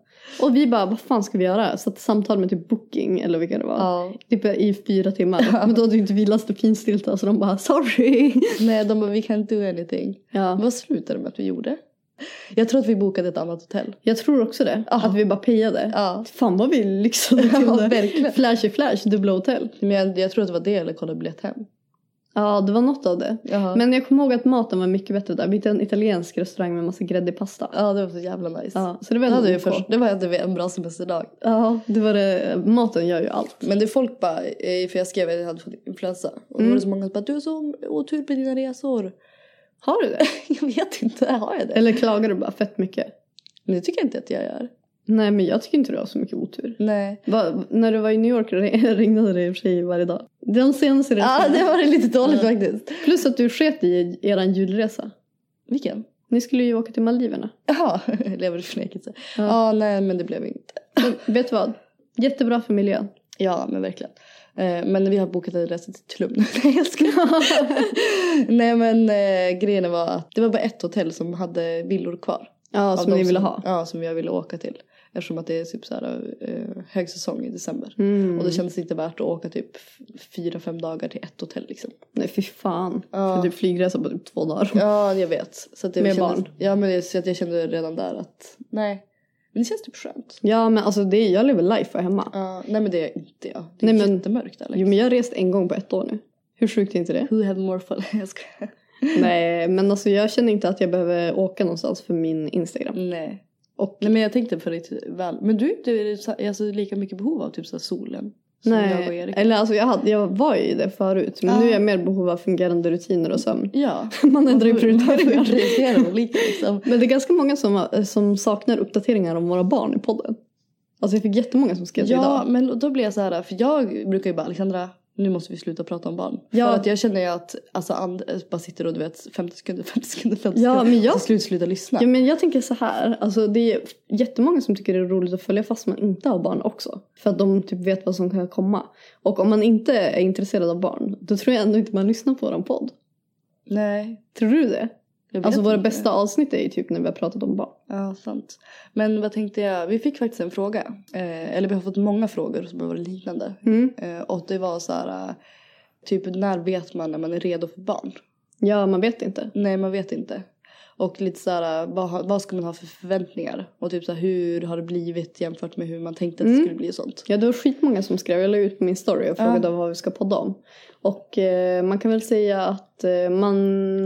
S1: Och vi bara, vad fan ska vi göra? Så att samtal med typ Booking eller vilka det var.
S2: Ja.
S1: Typ i fyra timmar. Men då hade ju inte vi lastepinstilt så de bara, sorry.
S2: Nej, de bara, vi kan inte do anything.
S1: Ja.
S2: Vad slutade det med att vi gjorde? Jag tror att vi bokade ett annat hotell.
S1: Jag tror också det. Att vi bara pejade.
S2: Ja.
S1: Fan vad vi lyxade till
S2: Ja,
S1: det.
S2: verkligen.
S1: Flash i flash, dubbla hotell.
S2: Men jag, jag tror att det var det eller kolla biljett hem.
S1: Ja, det var något av det.
S2: Jaha.
S1: Men jag kommer ihåg att maten var mycket bättre där. Vi hittade en italiensk restaurang med massa gräddig pasta.
S2: Ja, det var så jävla nice.
S1: Ja, så det var
S2: Det, hade
S1: ändå
S2: vi
S1: OK.
S2: först, det var hade vi en bra semesterdag.
S1: Ja, det var det. Maten gör ju allt.
S2: Men det folk bara, eh, för jag skrev att jag hade fått influensa. Och då var det
S1: Mm.
S2: så många som bara, du är så otur på dina resor.
S1: Har du det?
S2: Jag vet inte, har jag det?
S1: Eller klagar du bara fett mycket?
S2: Men det tycker jag inte att jag gör.
S1: Nej, men jag tycker inte du har så mycket otur.
S2: Nej.
S1: Va, när du var i New York ring- ringde det i och för sig varje dag. Den senaste
S2: Ja,
S1: resan.
S2: det var lite dåligt
S1: Ja.
S2: faktiskt.
S1: Plus att du sket i eran julresa.
S2: Vilken?
S1: Ni skulle ju åka till Maldiverna.
S2: Jaha, lever i förnekelse.
S1: Ja.
S2: Ja, nej men det blev inte.
S1: Men vet du vad? Jättebra för miljön.
S2: Ja, men verkligen. Eh, Men vi har bokat en resa till Tulum. Nej, jag skojar. Nej, men eh, grejen var att det var bara ett hotell som hade villor kvar.
S1: Ja,
S2: Av
S1: som
S2: de
S1: ni ville ha.
S2: Ja, som jag ville åka till. Eftersom att det är typ så här, eh, högsäsong i december.
S1: Mm.
S2: Och det kändes inte värt att åka typ f- fyra, fem dagar till ett hotell liksom.
S1: Nej, fy fan.
S2: Ja.
S1: För du flygresa på typ två dagar.
S2: Ja, jag vet. Så att det
S1: Med
S2: kändes,
S1: barn.
S2: Ja, men det, så att jag kände redan där att nej. Men det känns typ skönt.
S1: Ja, men alltså det, jag lever life här hemma.
S2: Ja, nej men det är inte jag. Det är
S1: Nej, men-
S2: jättemörkt Alex.
S1: Jo, men jag har rest en gång på ett år nu. Hur sjukt är inte det?
S2: Who have more fun? Jag skojar.
S1: Nej, men alltså jag känner inte att jag behöver åka någonstans för min Instagram.
S2: Nej. Och, nej men jag tänkte på ditt väl. Men du är inte så- alltså, lika mycket behov av typ så här solen. Som jag och
S1: Nej,
S2: Erik.
S1: eller alltså jag, hade, jag var ju i det förut. Men
S2: Ja.
S1: nu är jag mer i behov av fungerande rutiner och sömn.
S2: Ja.
S1: Man ändrar ju prioriteringar.
S2: prioriterar olika liksom.
S1: Men det är ganska många som, eh, som saknar uppdateringar om våra barn i podden. Alltså jag fick jättemånga som skrev till
S2: Ja
S1: idag.
S2: men då blir jag så här. För jag brukar ju bara Alexandra. Nu måste vi sluta prata om barn.
S1: Ja.
S2: För att jag känner ju att alltså, and, bara sitter och du vet 50 sekunder, 50 sekunder, 50 sekunder.
S1: Ja, men jag-
S2: Till slut sluta lyssna.
S1: Ja men jag tänker så här, alltså det är jättemånga som tycker det är roligt att följa fast man inte har barn också. För att de typ vet vad som kan komma. Och om man inte är intresserad av barn, då tror jag ändå inte man lyssnar på våran podd.
S2: Nej.
S1: Tror du det?
S2: jag vet
S1: Alltså våra
S2: inte.
S1: bästa avsnitt är ju typ när vi har pratat om barn.
S2: Ja, sant. Men vad tänkte jag? Vi fick faktiskt en fråga. Eh, eller vi har fått många frågor som har varit liknande.
S1: Mm.
S2: Eh, och det var så här. eh, Typ när vet man när man är redo för barn?
S1: Ja, man vet inte.
S2: Nej, man vet inte. Och lite så här, eh, vad, har- vad ska man ha för förväntningar? Och typ så här, hur har det blivit jämfört med hur man tänkte att det
S1: Mm.
S2: skulle bli och sånt?
S1: Ja, det var skitmånga som skrev. Jag la ut på min story och frågade vad vi ska podda om. Och eh, man kan väl säga att eh, man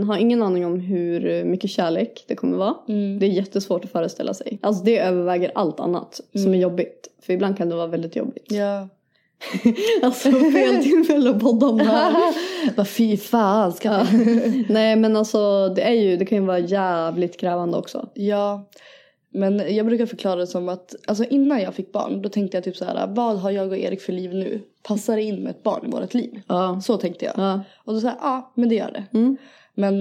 S1: har ingen aning om hur mycket kärlek det kommer vara.
S2: Mm.
S1: Det är jättesvårt att föreställa sig. Alltså det överväger allt annat som är jobbigt. För ibland kan det vara väldigt jobbigt.
S2: Ja.
S1: Alltså fel tillfälle att podda
S2: Alltså,
S1: om det här.
S2: Vad fy fan ska
S1: Ja.
S2: ja.
S1: Nej men alltså det, är ju, det kan ju vara jävligt krävande också.
S2: ja. Men jag brukar förklara det som att alltså innan jag fick barn då tänkte jag typ så här vad har jag och Erik för liv nu? Passar det in med ett barn i vårt liv?
S1: Ja.
S2: Så tänkte jag.
S1: ja.
S2: Och då sa jag, ja men det gör det.
S1: Mm.
S2: Men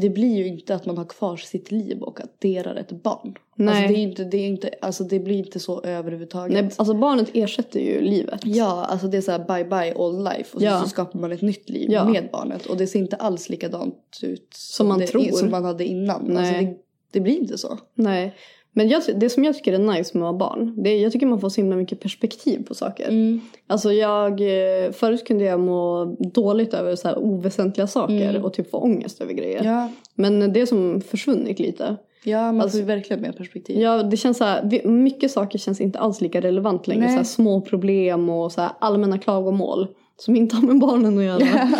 S2: det blir ju inte att man har kvar sitt liv och adderar ett barn.
S1: Nej.
S2: Alltså det, är ju inte, det, är inte, alltså det blir inte så överhuvudtaget.
S1: Nej, alltså barnet ersätter ju livet.
S2: Ja, alltså det är så här bye bye all life och
S1: Ja.
S2: så skapar man ett nytt liv
S1: Ja.
S2: med barnet och det ser inte alls likadant ut som,
S1: man
S2: det,
S1: tror.
S2: som man hade innan.
S1: Nej.
S2: Alltså det, det blir inte så.
S1: Nej. Men jag, ty- det som jag tycker är nice med att vara barn, det är, jag tycker man får så himla mycket perspektiv på saker.
S2: Mm.
S1: Alltså jag, eh, förut kunde jag må dåligt över så här oväsentliga saker
S2: Mm.
S1: och typ få ångest över grejer.
S2: Ja.
S1: Men det är som försvunnit lite.
S2: ja, man
S1: Alltså-
S2: får ju verkligen mer perspektiv.
S1: Ja, det känns så här, vi- mycket saker känns inte alls lika relevant längre.
S2: Nej.
S1: Så här, små problem och så här, allmänna klagomål som inte har med barnen att göra.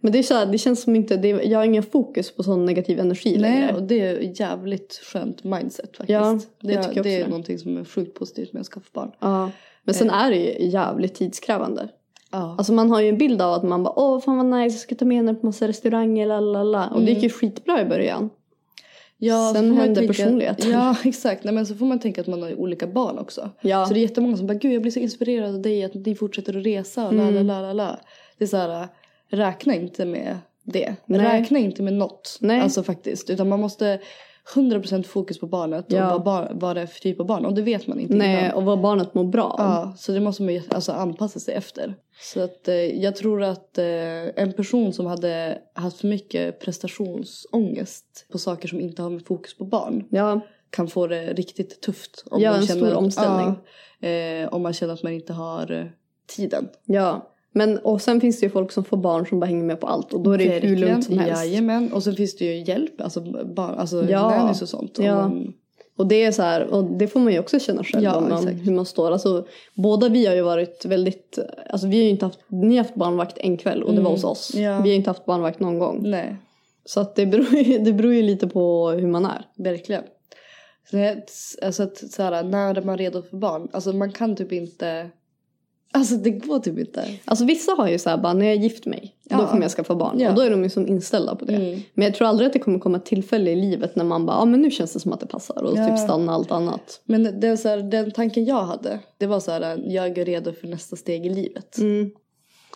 S1: Men det, är så här, det känns som inte, det, är- jag har ingen fokus på sån negativ energi
S2: Nej,
S1: längre.
S2: och det är ett jävligt skönt mindset faktiskt.
S1: Ja,
S2: det,
S1: jag tycker också
S2: det är
S1: det.
S2: någonting som är sjukt positivt med att skaffa barn.
S1: Ja. Men sen är det ju jävligt tidskrävande.
S2: Ja.
S1: Alltså man har ju en bild av att man bara åh fan vad nice jag ska ta med henne på massa restauranger la la la. Och det gick ju skitbra i början.
S2: Mm. Ja,
S1: Sen
S2: så får man
S1: händer
S2: tänka-
S1: personligheten.
S2: Ja, exakt. Nej, men så får man tänka att man har ju olika barn också.
S1: Ja.
S2: Så det är jättemånga som bara, gud jag blir så inspirerad av dig att ni fortsätter att resa och la la
S1: Mm.
S2: la la la. Det är så här, räkna inte med det.
S1: Nej.
S2: Räkna inte med något.
S1: Nej.
S2: Alltså faktiskt. Utan man måste 100% fokus på barnet
S1: Ja.
S2: och vad, bar- vad det är för typ av barn. Och det vet man inte
S1: Nej,
S2: innan.
S1: och vad barnet mår bra av.
S2: Ja, så det måste man ju alltså, anpassa sig efter. Så att eh, jag tror att eh, en person som hade haft för mycket prestationsångest på saker som inte har med fokus på barn
S1: Ja.
S2: kan få det riktigt tufft.
S1: Göra en
S2: känner
S1: stor
S2: att-
S1: omställning.
S2: Ja, eh, om man känner att man inte har eh, tiden.
S1: Ja. Men, och sen finns det ju folk som får barn som bara hänger med på allt och då är det ju hur lugnt som helst.
S2: Jajamän. Och sen finns det ju hjälp, alltså, bara, alltså
S1: Ja.
S2: nannies och sånt. om
S1: Ja.
S2: man-
S1: Och det är så här, och det får man ju också känna själv
S2: Ja,
S1: om man,
S2: exakt.
S1: hur man står. Alltså, båda vi har ju varit väldigt, alltså vi har ju inte haft, ni har haft barnvakt en kväll och det var
S2: Mm.
S1: hos oss.
S2: Ja.
S1: Vi har ju inte haft barnvakt någon gång.
S2: Nej,
S1: Så att det, beror, ju- det beror ju lite på hur man är.
S2: verkligen. Så det, alltså att så här, när är man redo för barn? Alltså man kan typ inte... Alltså det går typ inte.
S1: Alltså vissa har ju så här bara, när jag gift mig, då
S2: Ja.
S1: kommer jag skaffa barn.
S2: Ja.
S1: Och då är de ju som inställda på det.
S2: Mm.
S1: Men jag tror aldrig att det kommer komma ett tillfälle i livet när man bara, ja ah, men nu känns det som att det passar och
S2: Ja.
S1: typ stanna allt annat.
S2: Men den, så här, den tanken jag hade, det var så här, jag är redo för nästa steg i livet.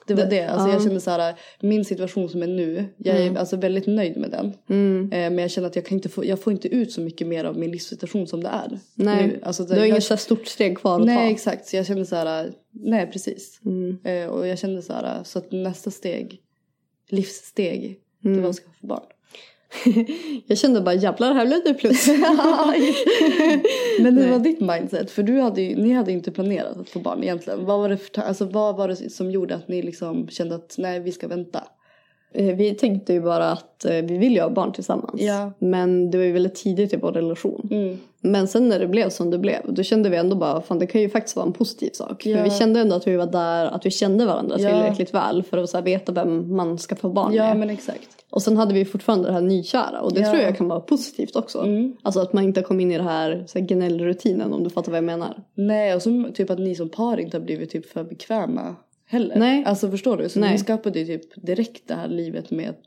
S2: Det var
S1: Det-
S2: det. Alltså, Jag
S1: Mm. ja.
S2: kände så här, min situation som är nu, jag är alltså väldigt nöjd med den.
S1: Mm.
S2: Eh, men jag känner att jag, kan inte få, jag får inte ut så mycket mer av min livssituation som det är.
S1: Nej,
S2: Nu. Alltså,
S1: du har
S2: jag,
S1: inget så här stort steg kvar att
S2: Nej
S1: ta.
S2: exakt, så jag kände så här, nej precis.
S1: Mm.
S2: Eh, och jag kände så här, så att nästa steg, livssteg, det
S1: Mm.
S2: var att skaffa barn.
S1: Jag kände bara jävlar det här blev det plus.
S2: Men hur
S1: Nej.
S2: var ditt mindset? För du hade ju, ni hade ju inte planerat att få barn egentligen. Vad var, det för, ta- alltså, vad var det som gjorde att ni liksom kände att nej vi ska vänta?
S1: Eh, Vi tänkte ju bara att eh, vi vill ju ha barn tillsammans.
S2: Ja.
S1: Men det var ju väldigt tidigt i vår relation.
S2: Mm.
S1: Men sen när det blev som det blev, då kände vi ändå bara fan det kan ju faktiskt vara en positiv sak. För
S2: Ja.
S1: vi kände ändå att vi var där, att vi kände varandra
S2: Ja.
S1: tillräckligt väl för att så här, veta vem man ska få barn
S2: Ja
S1: med.
S2: men exakt.
S1: Och sen hade vi fortfarande det här nykära och det
S2: Ja.
S1: tror jag kan vara positivt också.
S2: Mm.
S1: Alltså att man inte kom in i det här, så här gnällrutinen om du fattar vad jag menar.
S2: Nej och så typ att ni som par inte har blivit typ för bekväma heller.
S1: Nej.
S2: Alltså förstår du? Så
S1: Nej.
S2: ni skapade ju typ direkt det här livet med ett...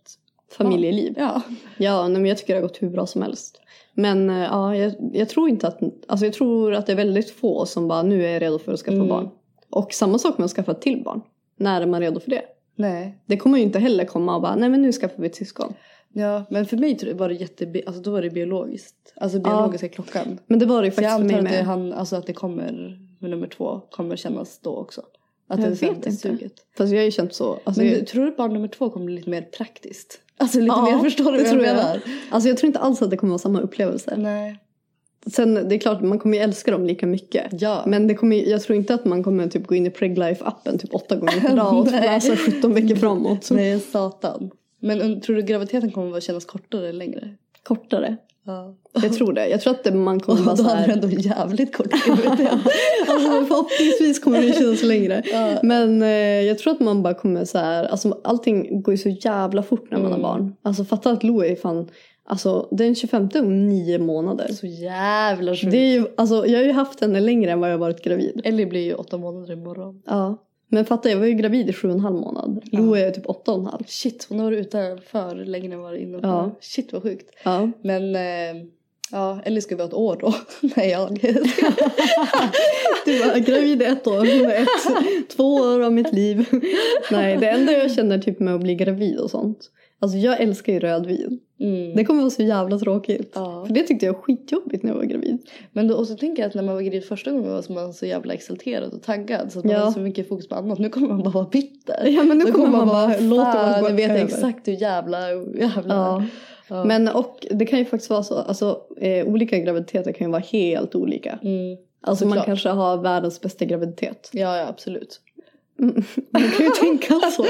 S1: Familjeliv.
S2: Ja.
S1: Ja, nej, men jag tycker det har gått hur bra som helst. Men eh, ja, jag, jag tror inte att, alltså jag tror att det är väldigt få som bara nu är jag redo för att skaffa
S2: Mm.
S1: barn. Och samma sak med att skaffa ett till barn. När är man redo för det?
S2: Nej.
S1: Det kommer ju inte heller komma och bara nej men nu skaffar vi ett syskon.
S2: Ja men för mig tror jag var det jätte... Alltså då var det biologiskt. Alltså biologiska klockan.
S1: Men det var det ju
S2: Så jag
S1: faktiskt för
S2: antar
S1: mig
S2: att det,
S1: med.
S2: han, alltså att det kommer med nummer två kommer kännas då också. Att
S1: Jag
S2: det sen
S1: vet
S2: blir
S1: inte.
S2: suget.
S1: Fast jag har ju känt så. Alltså,
S2: Men
S1: jag,
S2: du, tror du att barn nummer två kommer bli lite mer praktiskt? Alltså lite
S1: Ja,
S2: mer, förstår du
S1: det
S2: vad
S1: tror jag.
S2: jag menar?
S1: alltså jag tror inte alls att det kommer vara samma upplevelse.
S2: Nej.
S1: Sen det är klart man kommer ju älska dem lika mycket.
S2: Ja.
S1: Men det kommer, ju- jag tror inte att man kommer typ gå in i Preglife-appen typ åtta gånger per dag och
S2: Nej.
S1: läsa 17 veckor framåt.
S2: Nej, satan. Men um, tror du graviditeten kommer att kännas kortare eller längre?
S1: Kortare.
S2: Ja.
S1: Jag tror det. Jag tror att det, man kommer
S2: Och
S1: vara
S2: då
S1: så
S2: hade du
S1: här.
S2: ändå en jävligt kort graviditet.
S1: Alltså, förhoppningsvis kommer det kännas längre. Men eh, jag tror att man bara kommer så här. Alltså, allting går ju så jävla fort när man
S2: Mm.
S1: har barn. Alltså fatta att Lou är fan. Alltså den 25 om nio månader.
S2: Så jävla sjukt.
S1: Det är ju, alltså, jag har ju haft henne längre än vad jag har varit gravid.
S2: Ellie blir ju åtta månader imorgon.
S1: Ja. Men fatta jag var ju gravid i sju och en halv månad. Lou är typ åtta och en halv.
S2: Shit, hon har varit utanför längre än vad det är innanför.
S1: Ja.
S2: Shit vad sjukt.
S1: Ja.
S2: Men eh, ja, Ellie ska vara ett år då. Nej, jag
S1: Du bara, gravid i ett år, hon är ett, två år av mitt liv. Nej, det enda jag känner typ med att bli gravid och sånt. Alltså jag älskar ju rödvin.
S2: Mm.
S1: Det kommer vara så jävla tråkigt.
S2: Ja.
S1: För det tyckte jag var skitjobbigt när jag var gravid.
S2: Men då, och så tänker jag att när man var gravid första gången var man så jävla exalterad och taggad så att man
S1: Ja.
S2: har så mycket fokus på annat. Nu kommer man bara vara bitter.
S1: Ja men nu
S2: Då
S1: kommer man bara, låta
S2: "Fan,
S1: allt gå
S2: nu vet jag
S1: över."
S2: exakt hur jävla, jävla.
S1: Ja.
S2: Ja.
S1: Men och det kan ju faktiskt vara så, alltså eh, olika graviditeter kan ju vara helt olika.
S2: Mm.
S1: Alltså man
S2: såklart.
S1: kanske har världens bästa graviditet. Mm.
S2: Ja, ja, absolut.
S1: Man kan ju tänka så.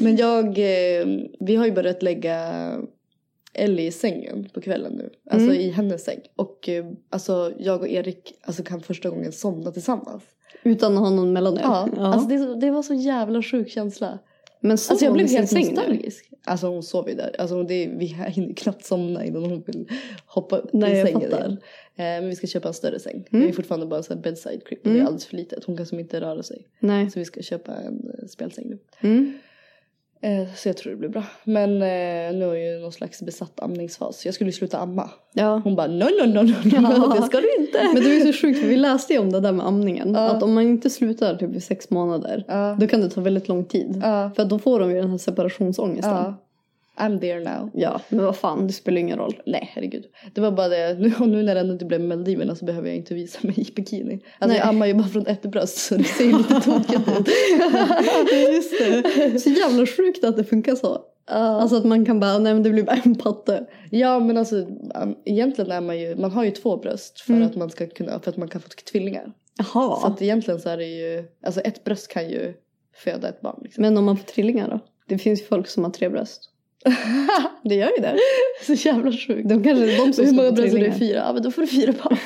S2: Men jag, eh, vi har ju börjat lägga Ellie i sängen på kvällen nu. Alltså
S1: Mm.
S2: i hennes säng. Och eh, alltså, jag och Erik alltså, kan första gången somna tillsammans.
S1: Utan att ha någon mellan er.
S2: Ja, Alltså, det, det var så jävla sjuk känsla.
S1: men så
S2: Alltså jag blev helt
S1: säng nu?
S2: nostalgisk. Alltså hon sov ju där. Alltså det, vi hinner knappt somna innan hon vill hoppa upp
S1: Nej,
S2: i
S1: jag
S2: sängen
S1: fattar.
S2: igen. Eh, men vi ska köpa en större säng.
S1: Mm.
S2: Det är fortfarande bara en sån här bedside crib. och Det är
S1: Mm.
S2: alldeles för litet. Hon kan som inte röra sig.
S1: Nej.
S2: Så vi ska köpa en eh, spjälsäng nu.
S1: Mm.
S2: Eh, så jag tror det blir bra. Men eh, nu är ju någon slags besatt amningsfas. Jag skulle ju sluta amma.
S1: Ja.
S2: Hon bara no no no no, no
S1: Ja.
S2: det ska du inte.
S1: Men det är så sjukt för vi läste ju om det där med amningen.
S2: Ja.
S1: Att om man inte slutar typ i sex månader
S2: Ja.
S1: då kan det ta väldigt lång tid.
S2: Ja.
S1: För att då får de ju den här separationsångesten.
S2: Ja. I'm there now.
S1: Ja, men vad fan det spelar ingen roll.
S2: Nej, herregud. Det var bara det, nu, och nu när det ändå inte blev Maldiverna så behöver jag inte visa mig i bikini. Alltså
S1: Nej.
S2: jag ammar ju bara från ett bröst så det ser ju lite tokigt ut.
S1: Just det. Så jävla sjukt att det funkar så. Alltså att man kan bara, nej men det blir bara en patte.
S2: Ja men alltså um, egentligen är man ju, man har ju två bröst för
S1: Mm.
S2: att man ska kunna, för att man kan få tvillingar.
S1: Jaha.
S2: Så att egentligen så är det ju, alltså ett bröst kan ju föda ett barn liksom.
S1: Men om man får trillingar då? Det finns ju folk som har tre bröst. det gör ju det.
S2: Så jävla sjukt.
S1: De kanske är de som
S2: Hur
S1: ska
S2: många
S1: få
S2: bröst är det?
S1: trillingar.
S2: Fyra? Ja men då får du fyra barn.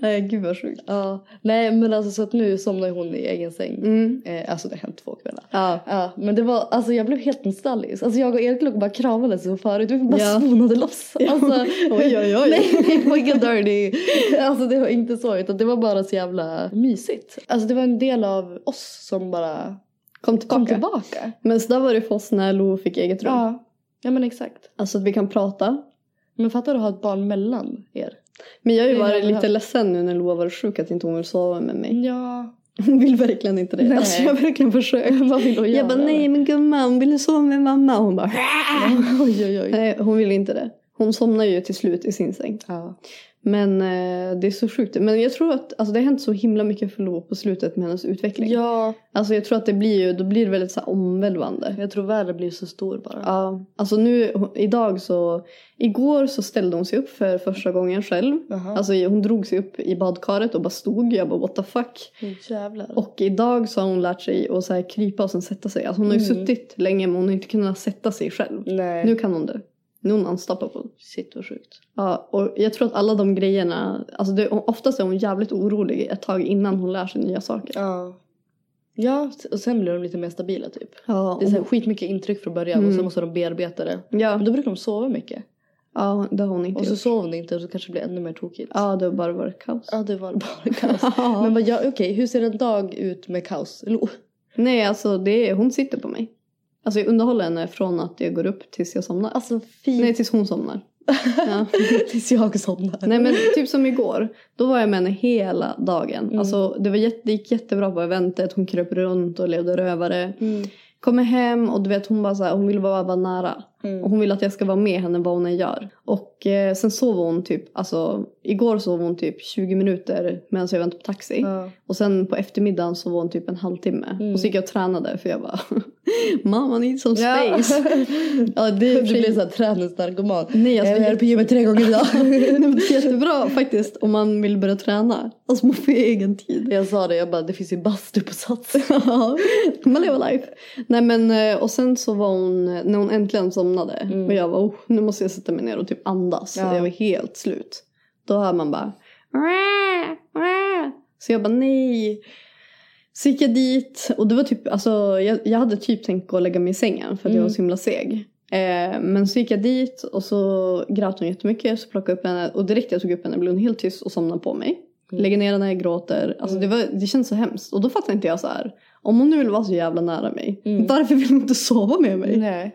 S1: Nej gud vad sjukt.
S2: ja, nej men alltså så att nu somnar hon i egen säng.
S1: Mm.
S2: Eh, alltså det har hänt två kvällar.
S1: Ja.
S2: Ja, men det var, alltså jag blev helt nostalgisk. Alltså jag och Erik låg och bara kramades som förut. Vi bara
S1: Ja.
S2: svonade loss. Alltså,
S1: Oj, oj, oj.
S2: Nej, nej, vilken dirty. Alltså det var inte så, utan det var bara så jävla mysigt. Alltså det var en del av oss som bara
S1: Kom tillbaka.
S2: kom tillbaka.
S1: Men så där var det för oss när Lo fick eget rum.
S2: Ja. ja, men exakt.
S1: Alltså att vi kan prata.
S2: Men fattar du att ha ett barn mellan er?
S1: Men jag har ju
S2: Det är
S1: varit
S2: det jag
S1: lite ledsen nu när Lo har varit sjuk att inte hon vill sova med mig.
S2: Ja.
S1: Hon vill verkligen inte det.
S2: Nej.
S1: Alltså jag har verkligen försökt.
S2: Vad vill hon
S1: Jag
S2: göra?
S1: bara nej men gumman vill du sova med mamma? Hon bara
S2: Oj, oj, oj.
S1: nej hon vill inte det. Hon somnar ju till slut i sin säng.
S2: Ja.
S1: Men eh, det är så sjukt. Men jag tror att alltså, det har hänt så himla mycket för Lo på slutet med hennes utveckling.
S2: ja,
S1: Alltså jag tror att det blir ju, då blir det väldigt så här omvälvande.
S2: jag tror världen blir så stor bara.
S1: Ja, alltså nu hon- idag så, igår så ställde hon sig upp för första gången själv.
S2: Jaha.
S1: Alltså hon drog sig upp i badkaret och bara stod. Jag bara what the fuck.
S2: Åh, jävlar.
S1: Och idag så har hon lärt sig att så här krypa och sen sätta sig. Alltså hon har ju
S2: Mm.
S1: suttit länge men hon har inte kunnat sätta sig själv.
S2: nej.
S1: Nu kan hon det. Nu är hon unstoppable.
S2: Shit vad sjukt.
S1: Ja, och jag tror att alla de grejerna, alltså det, oftast är hon jävligt orolig ett tag innan hon lär sig nya saker.
S2: Ja. Ja, och sen blir de lite mer stabila typ.
S1: Ja,
S2: Det är så här
S1: och-
S2: skitmycket intryck från början och
S1: Mm.
S2: sen måste de bearbeta det. Men
S1: ja,
S2: då brukar de sova mycket.
S1: ja, det har hon inte
S2: Och så
S1: gjort.
S2: sover de inte och så kanske det blir ännu mer tokigt.
S1: Ja, det har bara varit kaos.
S2: Ja, det var bara kaos.
S1: Ja.
S2: Men vad gör, okej, hur ser en dag ut med kaos? oh. Lo.
S1: Nej, alltså det är, hon sitter på mig. Alltså jag underhåller henne från att jag går upp tills jag somnar.
S2: Alltså fint.
S1: Nej, tills hon somnar. Ja.
S2: tills jag somnar.
S1: Nej men typ som igår. Då var jag med henne hela dagen.
S2: Mm.
S1: Alltså det, var jätte, det gick jättebra på eventet. Hon kröp runt och levde rövare.
S2: Mm.
S1: Kommer hem och du vet hon bara så här, hon vill bara vara nära. Och
S2: Mm.
S1: hon vill att jag ska vara med henne vad hon än gör. Och eh, sen sov hon typ, alltså igår sov hon typ 20 minuter medan jag väntade på taxi.
S2: Ja.
S1: Och sen på eftermiddagen sov hon typ en halvtimme.
S2: Mm.
S1: Och så gick jag och tränade för jag bara, mamma needs some
S2: Ja.
S1: space.
S2: ja, det, du
S1: sig-
S2: blir såhär träningsnarkoman.
S1: Nej
S2: Jag
S1: alltså,
S2: är
S1: det
S2: här på gymmet tre gånger idag.
S1: Nej, men det är jättebra faktiskt om man vill börja träna. Alltså man får ju egen tid.
S2: jag sa det, jag bara det finns ju bastu på Sats.
S1: Ja, man lever life. Nej men eh, och sen så var hon, när hon äntligen somnade
S2: Mm.
S1: och jag var oh, nu måste jag sätta mig ner och typ andas.
S2: Ja.
S1: Jag var helt slut. Då hör man bara "Wah, wah." Så jag bara nej. Så gick jag dit och det var typ, alltså jag, jag hade typ tänkt gå och lägga mig i sängen för att jag var
S2: Mm.
S1: så himla seg. Eh, men så gick jag dit och så grät hon jättemycket. Så plockade jag upp henne och direkt jag tog upp henne blev hon helt tyst och somnade på mig.
S2: Mm.
S1: Lägger ner henne, gråter. Alltså
S2: Mm.
S1: det, var, det känns så hemskt. Och då fattade inte jag så här. Om hon nu vill vara så jävla nära mig.
S2: Mm.
S1: Varför vill hon inte sova med mig?
S2: Nej.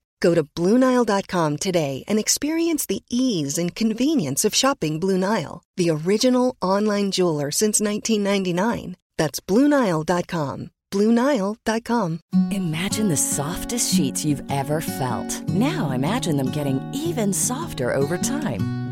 S4: Go to BlueNile.com today and experience the ease and convenience of shopping Blue Nile, the original online jeweler since 1999. That's BlueNile.com. BlueNile.com.
S5: Imagine the softest sheets you've ever felt. Now imagine them getting even softer over time.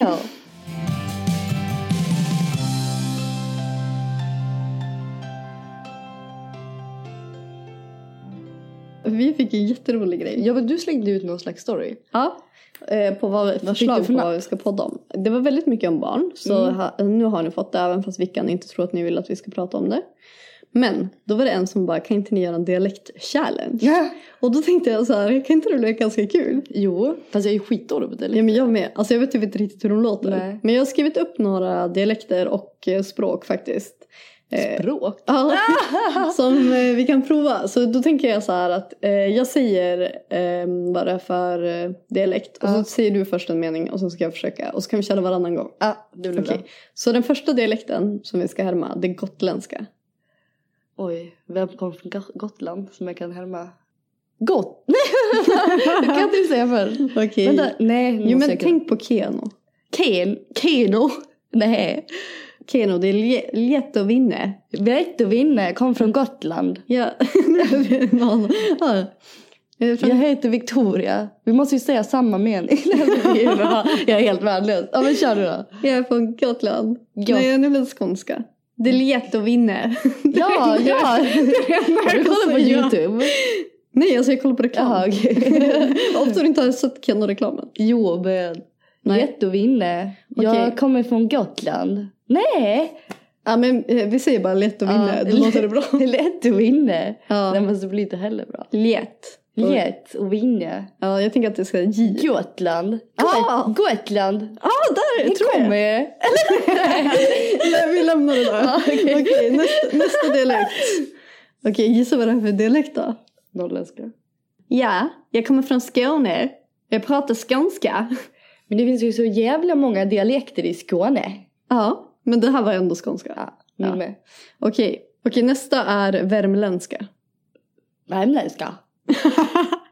S2: Ja.
S1: Vi fick en jätterolig grej.
S2: ja, men du slängde ut någon slags story.
S1: Ja. Eh, på vad,
S2: fick du
S1: förslag
S2: för Mm.
S1: på vad
S2: napp?
S1: vi ska podda om. Det var väldigt mycket om barn. Så ha, nu har ni fått det även fast Vickan inte tror att ni vill att vi ska prata om det. Men då var det en som bara, kan inte ni göra en dialekt-challenge? Och då tänkte jag så här, kan inte det bli ganska kul?
S2: Jo, fast jag är skitdålig på
S1: Ja
S2: dialekt.
S1: men jag med. Alltså jag vet typ inte riktigt hur de låter.
S2: Nej.
S1: Men jag har skrivit upp några dialekter och eh, språk faktiskt. Eh,
S2: Språk?
S1: Ja, som eh, vi kan prova. Så då tänker jag så här att eh, jag säger eh, vad det är för eh, dialekt. Och så
S2: Ja.
S1: säger du först en mening och så ska jag försöka. Och så kan vi köra varannan gång.
S2: Ja, ah, det blir
S1: Okej.
S2: bra.
S1: Så den första dialekten som vi ska härma, det är gotländska.
S2: Oj, vem kommer från Got- Gotland som jag kan härma? Gott! Nej! det kan inte du säga för.
S1: Okej.
S2: Vänta, nej. nu
S1: Jo
S2: måste
S1: men
S2: jag-
S1: tänk på Keno.
S2: Ken, Keno. Nej.
S1: Keno, det är lje- Lietovinne.
S2: Vättervinne kom från Gotland.
S1: Ja. Jag vet inte vad- ja. Jag är från
S2: Jag heter Victoria. Vi måste ju säga samma mening. Nej, men det är bra. jag är helt värdelös. Ja men kör du då.
S1: Jag är från Gotland.
S2: Gott-
S1: Nej, nu blir det skånska. Det är lätt att vinna.
S2: Ja, ja. Har du kollat på Youtube?
S1: Nej, alltså jag kollar på reklam.
S2: Jaha, okej.
S1: Ofta har du inte har sett Keno-reklamen.
S2: Jo, men. Jättevinne.
S1: Okej.
S2: Jag kommer från Gotland. Nej!
S1: Ja, men eh, vi säger bara lätt att vinna.
S2: Ja.
S1: Då låter det bra.
S2: Lättevinne.
S1: Ja.
S2: Nej men så blir det heller bra.
S1: Lätt.
S2: Lätt och vinne.
S1: Ja, jag tänker att det ska J.
S2: Gotland.
S1: Ja.
S2: Got- Gotland.
S1: Ja, ah, där
S2: Det
S1: tror
S2: kommer Ah,
S1: jag.
S2: jag.
S1: Nej, Vi lämnar det där. okej, nästa, nästa dialekt. Okej, gissa vad det är för dialekt då?
S2: Norrländska.
S1: Ja, jag kommer från Skåne. Jag pratar skånska.
S2: Men det finns ju så jävla många dialekter i Skåne.
S1: Ja, men det här var ändå skånska.
S2: Ja, min
S1: Ja.
S2: med.
S1: Okej, okej nästa är värmländska.
S2: Värmländska.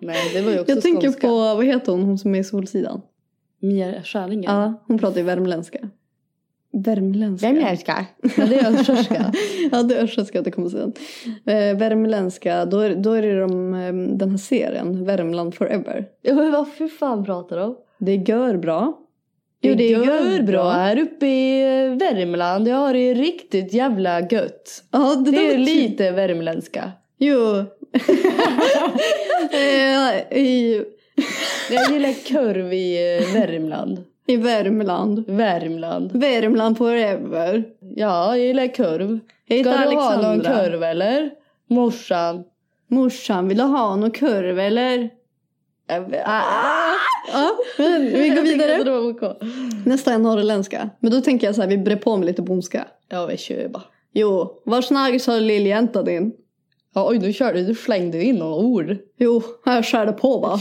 S2: Nej, det var ju också
S1: Jag tänker
S2: skånska.
S1: på, vad heter hon, hon som är i Solsidan?
S2: Mia Skäringer.
S1: Ja, hon pratar ju värmländska. Värmländska.
S2: Värmländska. Men det är östgötska.
S1: ja, det är östgötska, det kommer sen. Eh, värmländska, då är, då är det de, eh, den här serien, Värmland forever.
S2: Ja, men vad för fan pratar de?
S1: Det gör bra.
S2: Jo, det gör bra här uppe i eh, Värmland. Jag har det riktigt jävla gött.
S1: Ja, det,
S2: Det är
S1: där-
S2: lite värmländska.
S1: Jo. eh, i,
S2: Jag gillar kurv i eh, Värmland.
S1: I Värmland.
S2: Värmland.
S1: Värmland forever.
S2: Ja, jag gillar kurv.
S1: Jag
S2: Ska
S1: heter
S2: du ha någon
S1: Alexandra.
S2: kurv eller? Morsan.
S1: Morsan, vill du ha någon kurv eller?
S2: Jag vet- Ah!
S1: Ja, men vi går
S2: Jag tycker att
S1: vidare.
S2: det var okej.
S1: Nästa är norrländska. Men då tänker jag så här, vi brer på med lite bondska.
S2: Ja, vi kör bara.
S1: Jo, var snaggis har lilljänta din?
S2: Ja, oj, nu körde du. Du slängde in några ord.
S1: Jo, här skär det på va?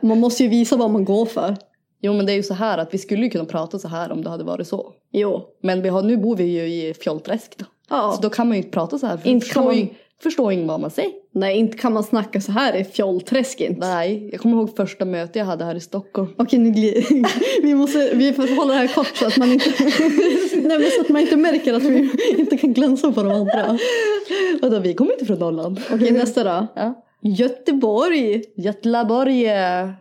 S1: Man måste ju visa vad man går för.
S2: Jo, men det är ju så här att vi skulle ju kunna prata så här om det hade varit så.
S1: Jo.
S2: Men vi har, nu bor vi ju i Fjollträsk då.
S1: Ja.
S2: Så då kan man ju inte prata så här. För
S1: Inte
S2: inte
S1: kan
S2: förstår,
S1: man-
S2: ju, förstår ingen vad man säger.
S1: Nej, inte kan man snacka så här i fjollträsk inte.
S2: Nej, jag kommer ihåg första mötet jag hade här i Stockholm.
S1: Okej, nu gli- vi måste, vi får hålla det här kort så att man inte, nej men så att man inte märker att vi inte kan glänsa på de andra.
S2: Vadå, vi kommer inte från Norrland.
S1: Okej, nästa då.
S2: Ja.
S1: Göteborg.
S2: Götlaborg.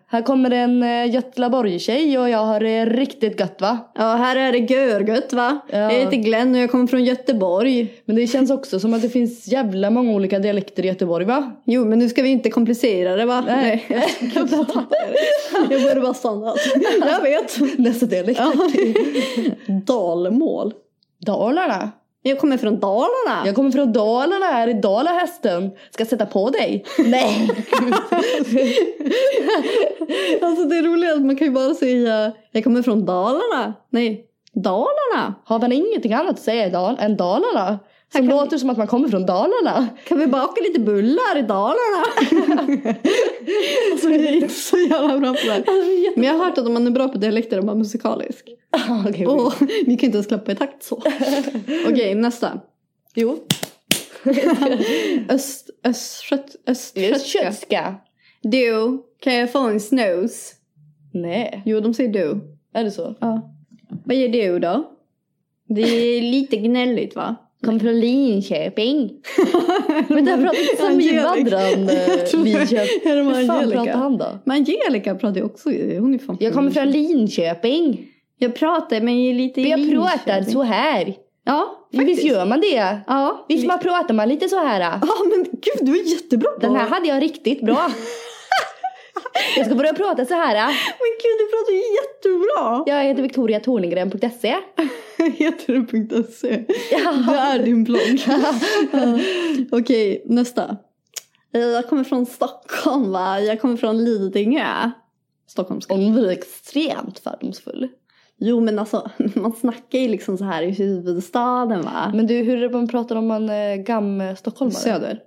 S2: Här kommer en eh, Götlaborg-tjej och jag har det riktigt gött va?
S1: Ja, här är det görgött va?
S2: Ja.
S1: Jag heter Glenn och jag kommer från Göteborg.
S2: Men det känns också som att det finns jävla många olika dialekter i Göteborg va?
S1: Jo, men nu ska vi inte komplicera det va?
S2: Nej.
S1: Jag borde bara stanna. Jag vet.
S2: Nästa dialekt.
S1: Ja. Dalmål.
S2: Dalarna.
S1: Jag kommer från Dalarna.
S2: Jag kommer från Dalarna, här i Dalahästen. Ska sätta på dig? Nej!
S1: Alltså det är roligt att man kan ju bara säga jag kommer från Dalarna. Nej, Dalarna.
S2: Har man ingenting annat att säga i Dal- än Dalarna? Som
S1: kan-
S2: låter som att man kommer från Dalarna.
S1: Kan vi baka lite bullar i Dalarna? alltså jag är inte så jävla bra på det här. Men jag har hört att om man är bra på dialekter är man musikalisk.
S2: okay,
S1: Åh, vi kan ju inte ens klappa i takt så. Okej, nästa.
S2: Jo.
S1: Öst, östgöt, östgötska.
S2: Köttska.
S1: Du, kan jag få en snus?
S2: Nej.
S1: Jo, de säger du.
S2: Är det så?
S1: Ja. Vad gör du då? Det är lite gnälligt va?
S2: Kommer från Linköping. Men där pratar inte som
S1: Angelica.
S2: invandraren
S1: Jag tror-
S2: Linköping.
S1: Är det med
S2: eh, Hur fan
S1: Angelica?
S2: pratar han då?
S1: Men Angelica pratar ju också, hon är fan
S2: Jag kommer från Linköping.
S1: Jag pratar men jag är lite i
S2: Jag pratar
S1: Linköping.
S2: så här.
S1: Ja,
S2: Visst
S1: faktiskt.
S2: gör man det?
S1: Ja.
S2: Visst man pratar man lite så här?
S1: Ja men gud du är jättebra på
S2: Den här hade jag riktigt bra.
S6: Jag ska börja prata så här. äh.
S1: Men gud, du pratar ju jättebra!
S6: Jag heter Victoria Tornegren.se.
S1: Heter du .se? E. Det är din blogg. Ja. Okej, nästa. Eh, Jag kommer från Stockholm va? Jag kommer från Lidingö. Stockholmska. Hon var extremt fördomsfull. Jo men alltså, man snackar ju liksom så här i huvudstaden va?
S2: Men du, hur är det man pratar om man eh, gam-stockholmare?
S1: Söder.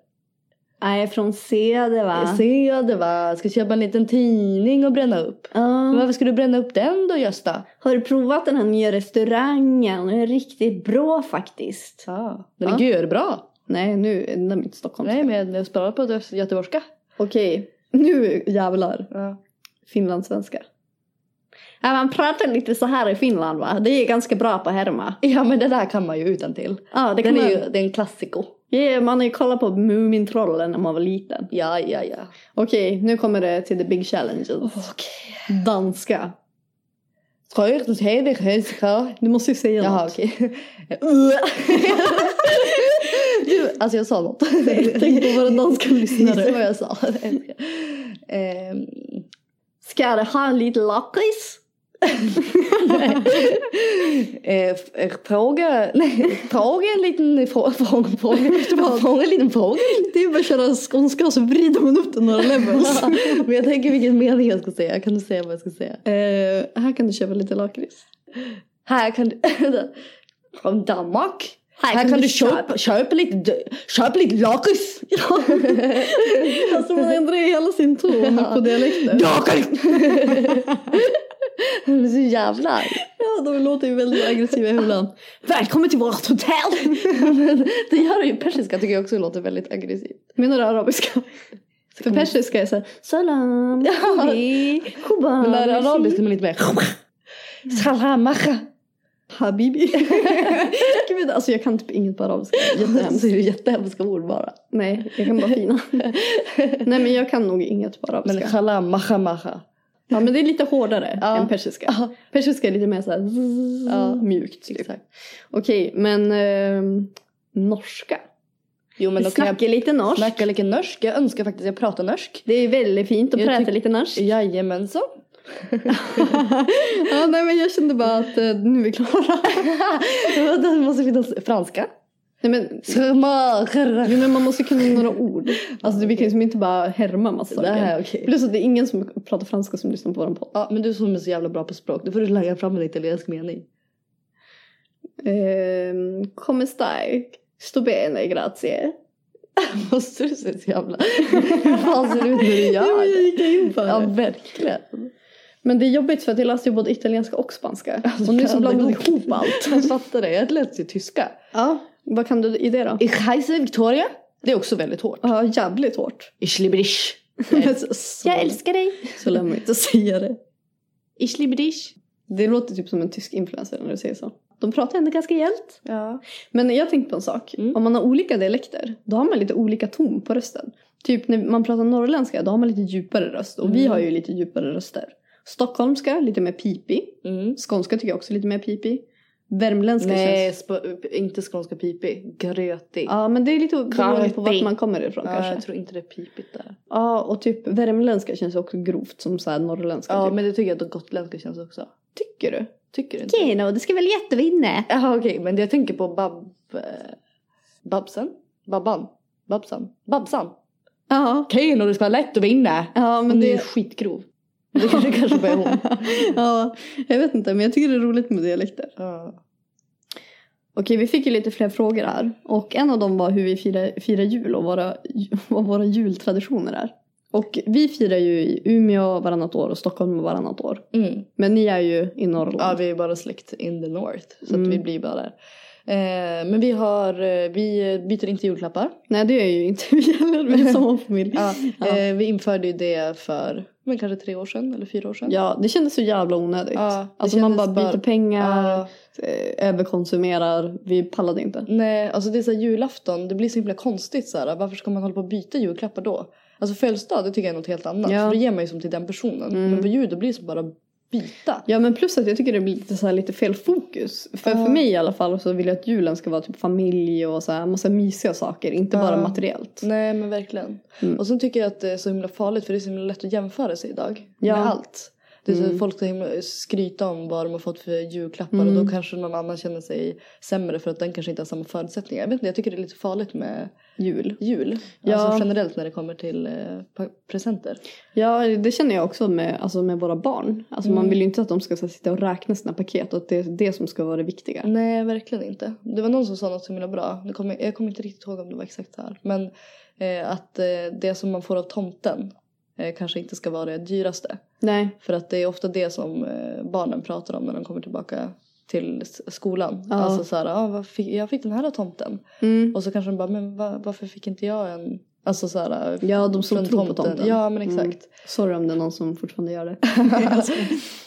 S1: Nej, från Söder va?
S2: Se det va, ska köpa en liten tidning och bränna upp.
S1: Ja.
S2: Men Varför ska du bränna upp den då Gösta?
S1: Har du provat den här nya restaurangen? Den är riktigt bra faktiskt.
S2: Ja. Den är
S1: Ja.
S2: ja. gör bra.
S1: Nej, nu är det mitt Stockholm.
S2: Nej men jag sparar på det göteborgska.
S1: Okej, nu jävlar.
S2: Ja.
S1: Finlandssvenska. Ja, man pratar lite så här i Finland va? Det är ganska bra på härma.
S2: ja men det där kan man ju utan till.
S1: Ja, det kan
S2: Den
S1: man...
S2: är ju, det är en klassiko.
S1: Ja, man har ju kollat på Mumintrollen när man var liten.
S2: Ja, ja, ja.
S1: Okej, nu kommer det till the big challenges. Danska.
S2: Trögt, hedig, höskar.
S1: Du måste ju säga
S2: Jaha
S1: något.
S2: okej. du, alltså jag sa något.
S1: Tänk på våra danska lyssnare.
S2: Gissa vad jag sa. Ehm,
S1: Ska det ha en liten lakrits?
S2: eh, f- eh, fråga, nej, fråga en liten fråga, fråga, fråga, fråga en liten fråga.
S1: Det är bara att köra skånska och så vrider man upp den några levels.
S2: Men jag tänker vilken mening jag ska säga. Kan du säga vad jag ska säga?
S1: Eh, här kan du köpa lite lakrits.
S2: Här kan du... Från Danmark. Här, kan, du köpa, köpa lite, köpa lite lakrits.
S1: Alltså man ändrar ju hela sin ton på dialekten.
S2: Lakrits! Jag blir så jävla arg.
S1: Ja, de låter ju väldigt aggressiva i huvudet. Välkommen till vårt hotell!
S2: Det gör ju persiska tycker jag också låter väldigt aggressivt.
S1: Menar du arabiska? För persiska är såhär salam, habibi,
S2: Men när det är arabiskt är
S1: kubabi,
S2: man lite mer... Salamacha.
S1: habibi. Gud, alltså jag kan typ inget på arabiska. Jättehemskt.
S2: Så är det jättehemska ord bara.
S1: Nej, jag kan bara fina. Nej men jag kan nog inget på arabiska.
S2: Men salamacha macha.
S1: ja men det är lite hårdare
S2: Ja.
S1: än persiska. Persiska är lite mer såhär zzz, mjukt. Typ. Okej, men ehm, norska.
S2: Jo men
S1: Vi
S2: då kan
S1: snackar
S2: jag
S1: lite norsk.
S2: snacka lite norsk. Jag önskar faktiskt jag pratar norsk.
S1: Det är väldigt fint att
S2: Jag
S1: prata
S2: tyck-
S1: lite norsk.
S2: Jajamensan.
S1: ja, nej men jag kände bara att eh, nu är vi klara.
S2: Det måste finnas franska.
S1: nej, men,
S2: Srmacher.
S1: jo, men man måste kunna några ord. Alltså vi kan ju som inte bara härma massa
S2: Det här
S1: saker.
S2: är okej.
S1: Plus att det är ingen som pratar franska som lyssnar på vår podd.
S2: Ja men du som är så jävla bra på språk. Då får du lägga fram en italiensk mening.
S1: Ehm, Come stai? Sto bene, grazie.
S2: Måste du se så jävla... Hur fan ser det ut när du gör
S1: men jag
S2: det?
S1: gick in på
S2: Ja
S1: det.
S2: verkligen.
S1: Men det är jobbigt för att jag läste ju både italienska och spanska. och nu så blandar jag ihop allt.
S2: Jag fattar det. Jag lät ju tyska.
S1: Ja, vad kan du i det då?
S2: Ich heiße Victoria. Det är också väldigt hårt.
S1: Ja, jävligt hårt.
S2: Ich liebe dich.
S1: Så- så-
S6: Jag älskar dig.
S1: Så lär man ju inte säga det.
S2: Ich liebe dich.
S1: Det låter typ som en tysk influencer när du säger så. De pratar ändå ganska hjält.
S2: Ja. Mm.
S1: Men jag tänkte på en sak. Om man har olika dialekter, då har man lite olika ton på rösten. Typ när man pratar norrländska, då har man lite djupare röst. Och
S2: Mm.
S1: vi har ju lite djupare röster. Stockholmska, lite mer pipig.
S2: Mm.
S1: Skånska tycker jag också är lite mer pipig. Värmländska
S2: Nej,
S1: känns...
S2: sp- inte skånska pipig. Grötig.
S1: Ja, men det är lite beroende på vart
S2: Kraftig.
S1: man kommer ifrån
S2: Ja,
S1: kanske.
S2: jag tror inte det är pipigt där.
S1: Ja, och typ värmländska känns också grovt som så här norrländska.
S2: Ja,
S1: typ.
S2: men det tycker jag att gotländska känns också.
S1: Tycker du?
S2: Tycker du inte?
S1: Okej, okay, det ska väl jättevinna.
S2: Jaha okej, men jag tänker på bab... eh, Babsen? Babban? Babsan? Babsan?
S1: Ja.
S2: Okej, och det ska vara lätt att vinna.
S1: Ja, men
S2: Hon är
S1: det...
S2: ju skitgrov. Det kanske, kanske bara är hon.
S1: ja, jag vet inte, men jag tycker det är roligt med dialekter.
S2: Ja.
S1: Okej, vi fick ju lite fler frågor här. Och en av dem var hur vi firar, firar jul och våra, vad våra jultraditioner är. Och vi firar ju i Umeå varannat år och Stockholm varannat år.
S2: Mm.
S1: Men ni är ju i Norrland.
S2: Ja, vi är bara släkt in the north. Så
S1: Mm.
S2: att vi blir bara där. Eh, men vi har, eh, vi byter inte julklappar.
S1: Nej, det är ju inte vi heller. Vi är samma familj.
S2: Ja,
S1: Ja.
S2: Eh, vi införde ju det för men kanske tre år sedan eller fyra år sedan.
S1: Ja, det kändes så jävla onödigt.
S2: Ja, det
S1: alltså man bara
S2: kändes
S1: byter
S2: bara-
S1: pengar,
S2: Ja.
S1: eh, överkonsumerar. Vi pallade inte.
S2: nej, alltså det är så här, julafton, det blir så himla konstigt så här. Varför ska man hålla på och byta julklappar då? Alltså födelsedag, det tycker jag är något helt annat.
S1: Ja.
S2: För då ger man ju som till den personen.
S1: Mm.
S2: Men på jul, då blir det så bara byta.
S1: Ja men plus att jag tycker det blir lite, så här, lite fel fokus. För, för mig i alla fall så vill jag att julen ska vara typ familj och så här, massa mysiga saker. Inte bara
S2: Ja.
S1: materiellt.
S2: Nej men verkligen. Och sen tycker jag att det är så himla farligt för det är så himla lätt att jämföra sig idag.
S1: Ja.
S2: Med allt. Det är så Folk så himla skryta om vad de har fått för julklappar och då kanske någon annan känner sig sämre för att den kanske inte har samma förutsättningar. Jag vet inte, jag tycker det är lite farligt med
S1: Jul.
S2: jul.
S1: Ja.
S2: Alltså generellt när det kommer till eh, pa- presenter.
S1: Ja det känner jag också med, alltså, med våra barn. Alltså,
S2: Mm.
S1: Man vill ju inte att de ska så här, sitta och räkna sina paket och att det är det som ska vara det viktiga.
S2: Nej, verkligen inte. Det var någon som sa något så himla bra. Nu kommer, jag kommer inte riktigt ihåg om det var exakt här. Men eh, att eh, det som man får av tomten eh, kanske inte ska vara det dyraste.
S1: Nej.
S2: För att det är ofta det som eh, barnen pratar om när de kommer tillbaka till s- skolan.
S1: Ja.
S2: Alltså så här, ah, vad fick, jag fick den här av tomten.
S1: Mm.
S2: Och så kanske de bara, men va, varför fick inte jag en? Alltså så här,
S1: Ja, de som
S2: från
S1: tror på tomten.
S2: Ja, men
S1: Mm.
S2: exakt.
S1: Sorry om det är någon som fortfarande gör det.
S2: alltså,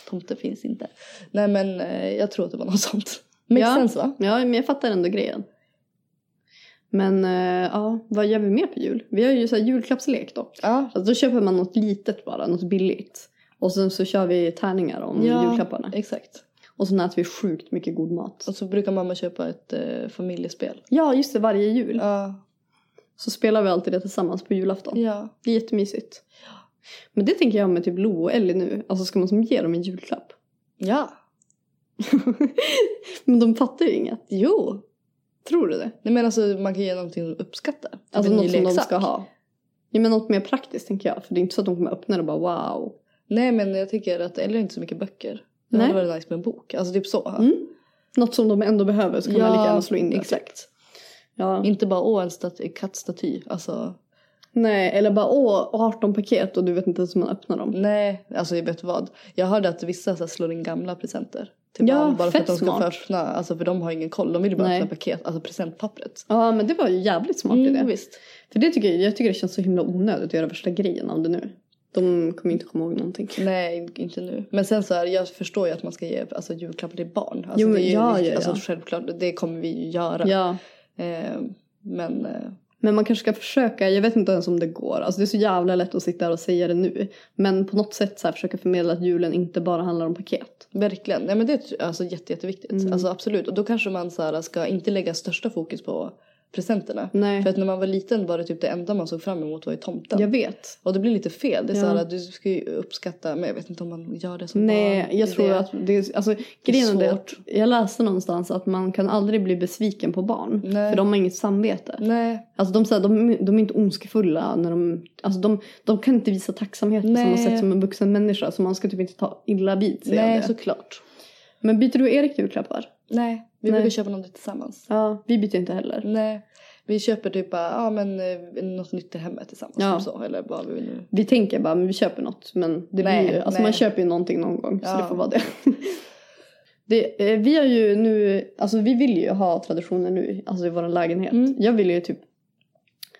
S2: tomten finns inte. Nej men eh, jag tror att det var något sånt. Makes
S1: Ja.
S2: sense va?
S1: Ja, men jag fattar ändå grejen. Men eh, ja, vad gör vi mer på jul? Vi har ju så här julklappslek då.
S2: Ja,
S1: Alltså, då köper man något litet bara, något billigt. Och sen så kör vi tärningar om
S2: Ja.
S1: julklapparna.
S2: exakt.
S1: Och sen äter vi sjukt mycket god mat.
S2: Och så brukar mamma köpa ett eh, familjespel.
S1: Ja, just det, varje jul.
S2: Ja,
S1: Så spelar vi alltid det tillsammans på julafton.
S2: ja.
S1: Det är jättemysigt. Men det tänker jag med typ Lo och Ellie nu. Alltså ska man som ge dem en julklapp?
S2: Ja.
S1: Men de fattar ju inget.
S2: Jo.
S1: Tror du det?
S2: Nej men alltså man kan ge någonting de uppskattar. Typ
S1: Alltså
S2: en ny
S1: något som de
S2: leksak.
S1: ska ha. Ja, men något mer praktiskt tänker jag. För det är inte så att de kommer öppna det och bara wow.
S2: Nej men jag tycker att eller inte så mycket böcker. Det
S1: Nej.
S2: hade varit nice med en bok. Alltså typ så.
S1: Mm. Något som de ändå behöver så kan man lika gärna slå in det.
S2: Exakt.
S1: Ja.
S2: Inte bara åh en staty, kattstaty. Alltså
S1: Nej, eller bara åh, 18 paket och du vet inte ens hur man öppnar dem.
S2: nej. Alltså jag vet vad. Jag hörde att vissa så här, slår in gamla presenter. Till
S1: Ja,
S2: barn, bara för
S1: fett
S2: att de ska
S1: smart.
S2: förstna. Alltså för de har ingen koll. De vill ju bara
S1: Nej.
S2: öppna paket. Alltså presentpappret.
S1: Ja, men det var ju jävligt smart idé.
S2: Mm, visst.
S1: För det tycker jag, jag tycker det känns så himla onödigt att göra värsta grejen av det nu. De kommer inte komma ihåg någonting.
S2: Nej, inte nu. Men sen så här, jag förstår ju att man ska ge alltså, julklappar till barn. Alltså,
S1: Jo, men
S2: det är ju
S1: ja,
S2: viktigt.
S1: ja, ja.
S2: Alltså, självklart, det kommer vi ju göra.
S1: Ja.
S2: Eh, men eh,
S1: Men man kanske ska försöka, jag vet inte ens om det går. Alltså det är så jävla lätt att sitta här och säga det nu. Men på något sätt så här försöka förmedla att julen inte bara handlar om paket.
S2: verkligen, nej, men det är alltså, jätte, jätteviktigt.
S1: Mm.
S2: Alltså, absolut. Och då kanske man så här, ska inte lägga största fokus på presenterna.
S1: Nej.
S2: För att när man var liten var det typ det enda man såg fram emot var ju tomten.
S1: Jag vet.
S2: Och det blir lite fel. Det är
S1: Ja.
S2: så här, du ska ju uppskatta, men jag vet inte om man gör det som
S1: Nej,
S2: barn.
S1: jag
S2: Det är
S1: tror
S2: det.
S1: att det är, alltså, grejen är det att
S2: svårt.
S1: jag läste någonstans att man kan aldrig bli besviken på barn.
S2: Nej.
S1: För de har inget samvete.
S2: Nej,
S1: Alltså de, säger, de, de är inte ondskefulla. När de, alltså, de, de kan inte visa tacksamhet på
S2: Nej.
S1: samma sätt som en vuxen människa. Så man ska typ inte ta illa vid sig av
S2: nej
S1: det.
S2: såklart.
S1: Men byter du och Erik julklappar?
S2: Nej, vi
S1: Nej.
S2: brukar köpa någonting tillsammans.
S1: Ja. Vi byter inte heller.
S2: Nej, vi köper typ bara, ja, men, eh, något nytt till hemmet tillsammans.
S1: Ja.
S2: Typ så, eller vad vi vill nu.
S1: Vi tänker bara, men vi köper något. Men det
S2: Nej,
S1: blir ju, alltså
S2: nej.
S1: man köper ju någonting någon gång. Så
S2: Ja.
S1: det får vara det. det eh, vi har ju nu, alltså vi vill ju ha traditioner nu, alltså i vår lägenhet.
S2: Mm.
S1: Jag vill ju typ,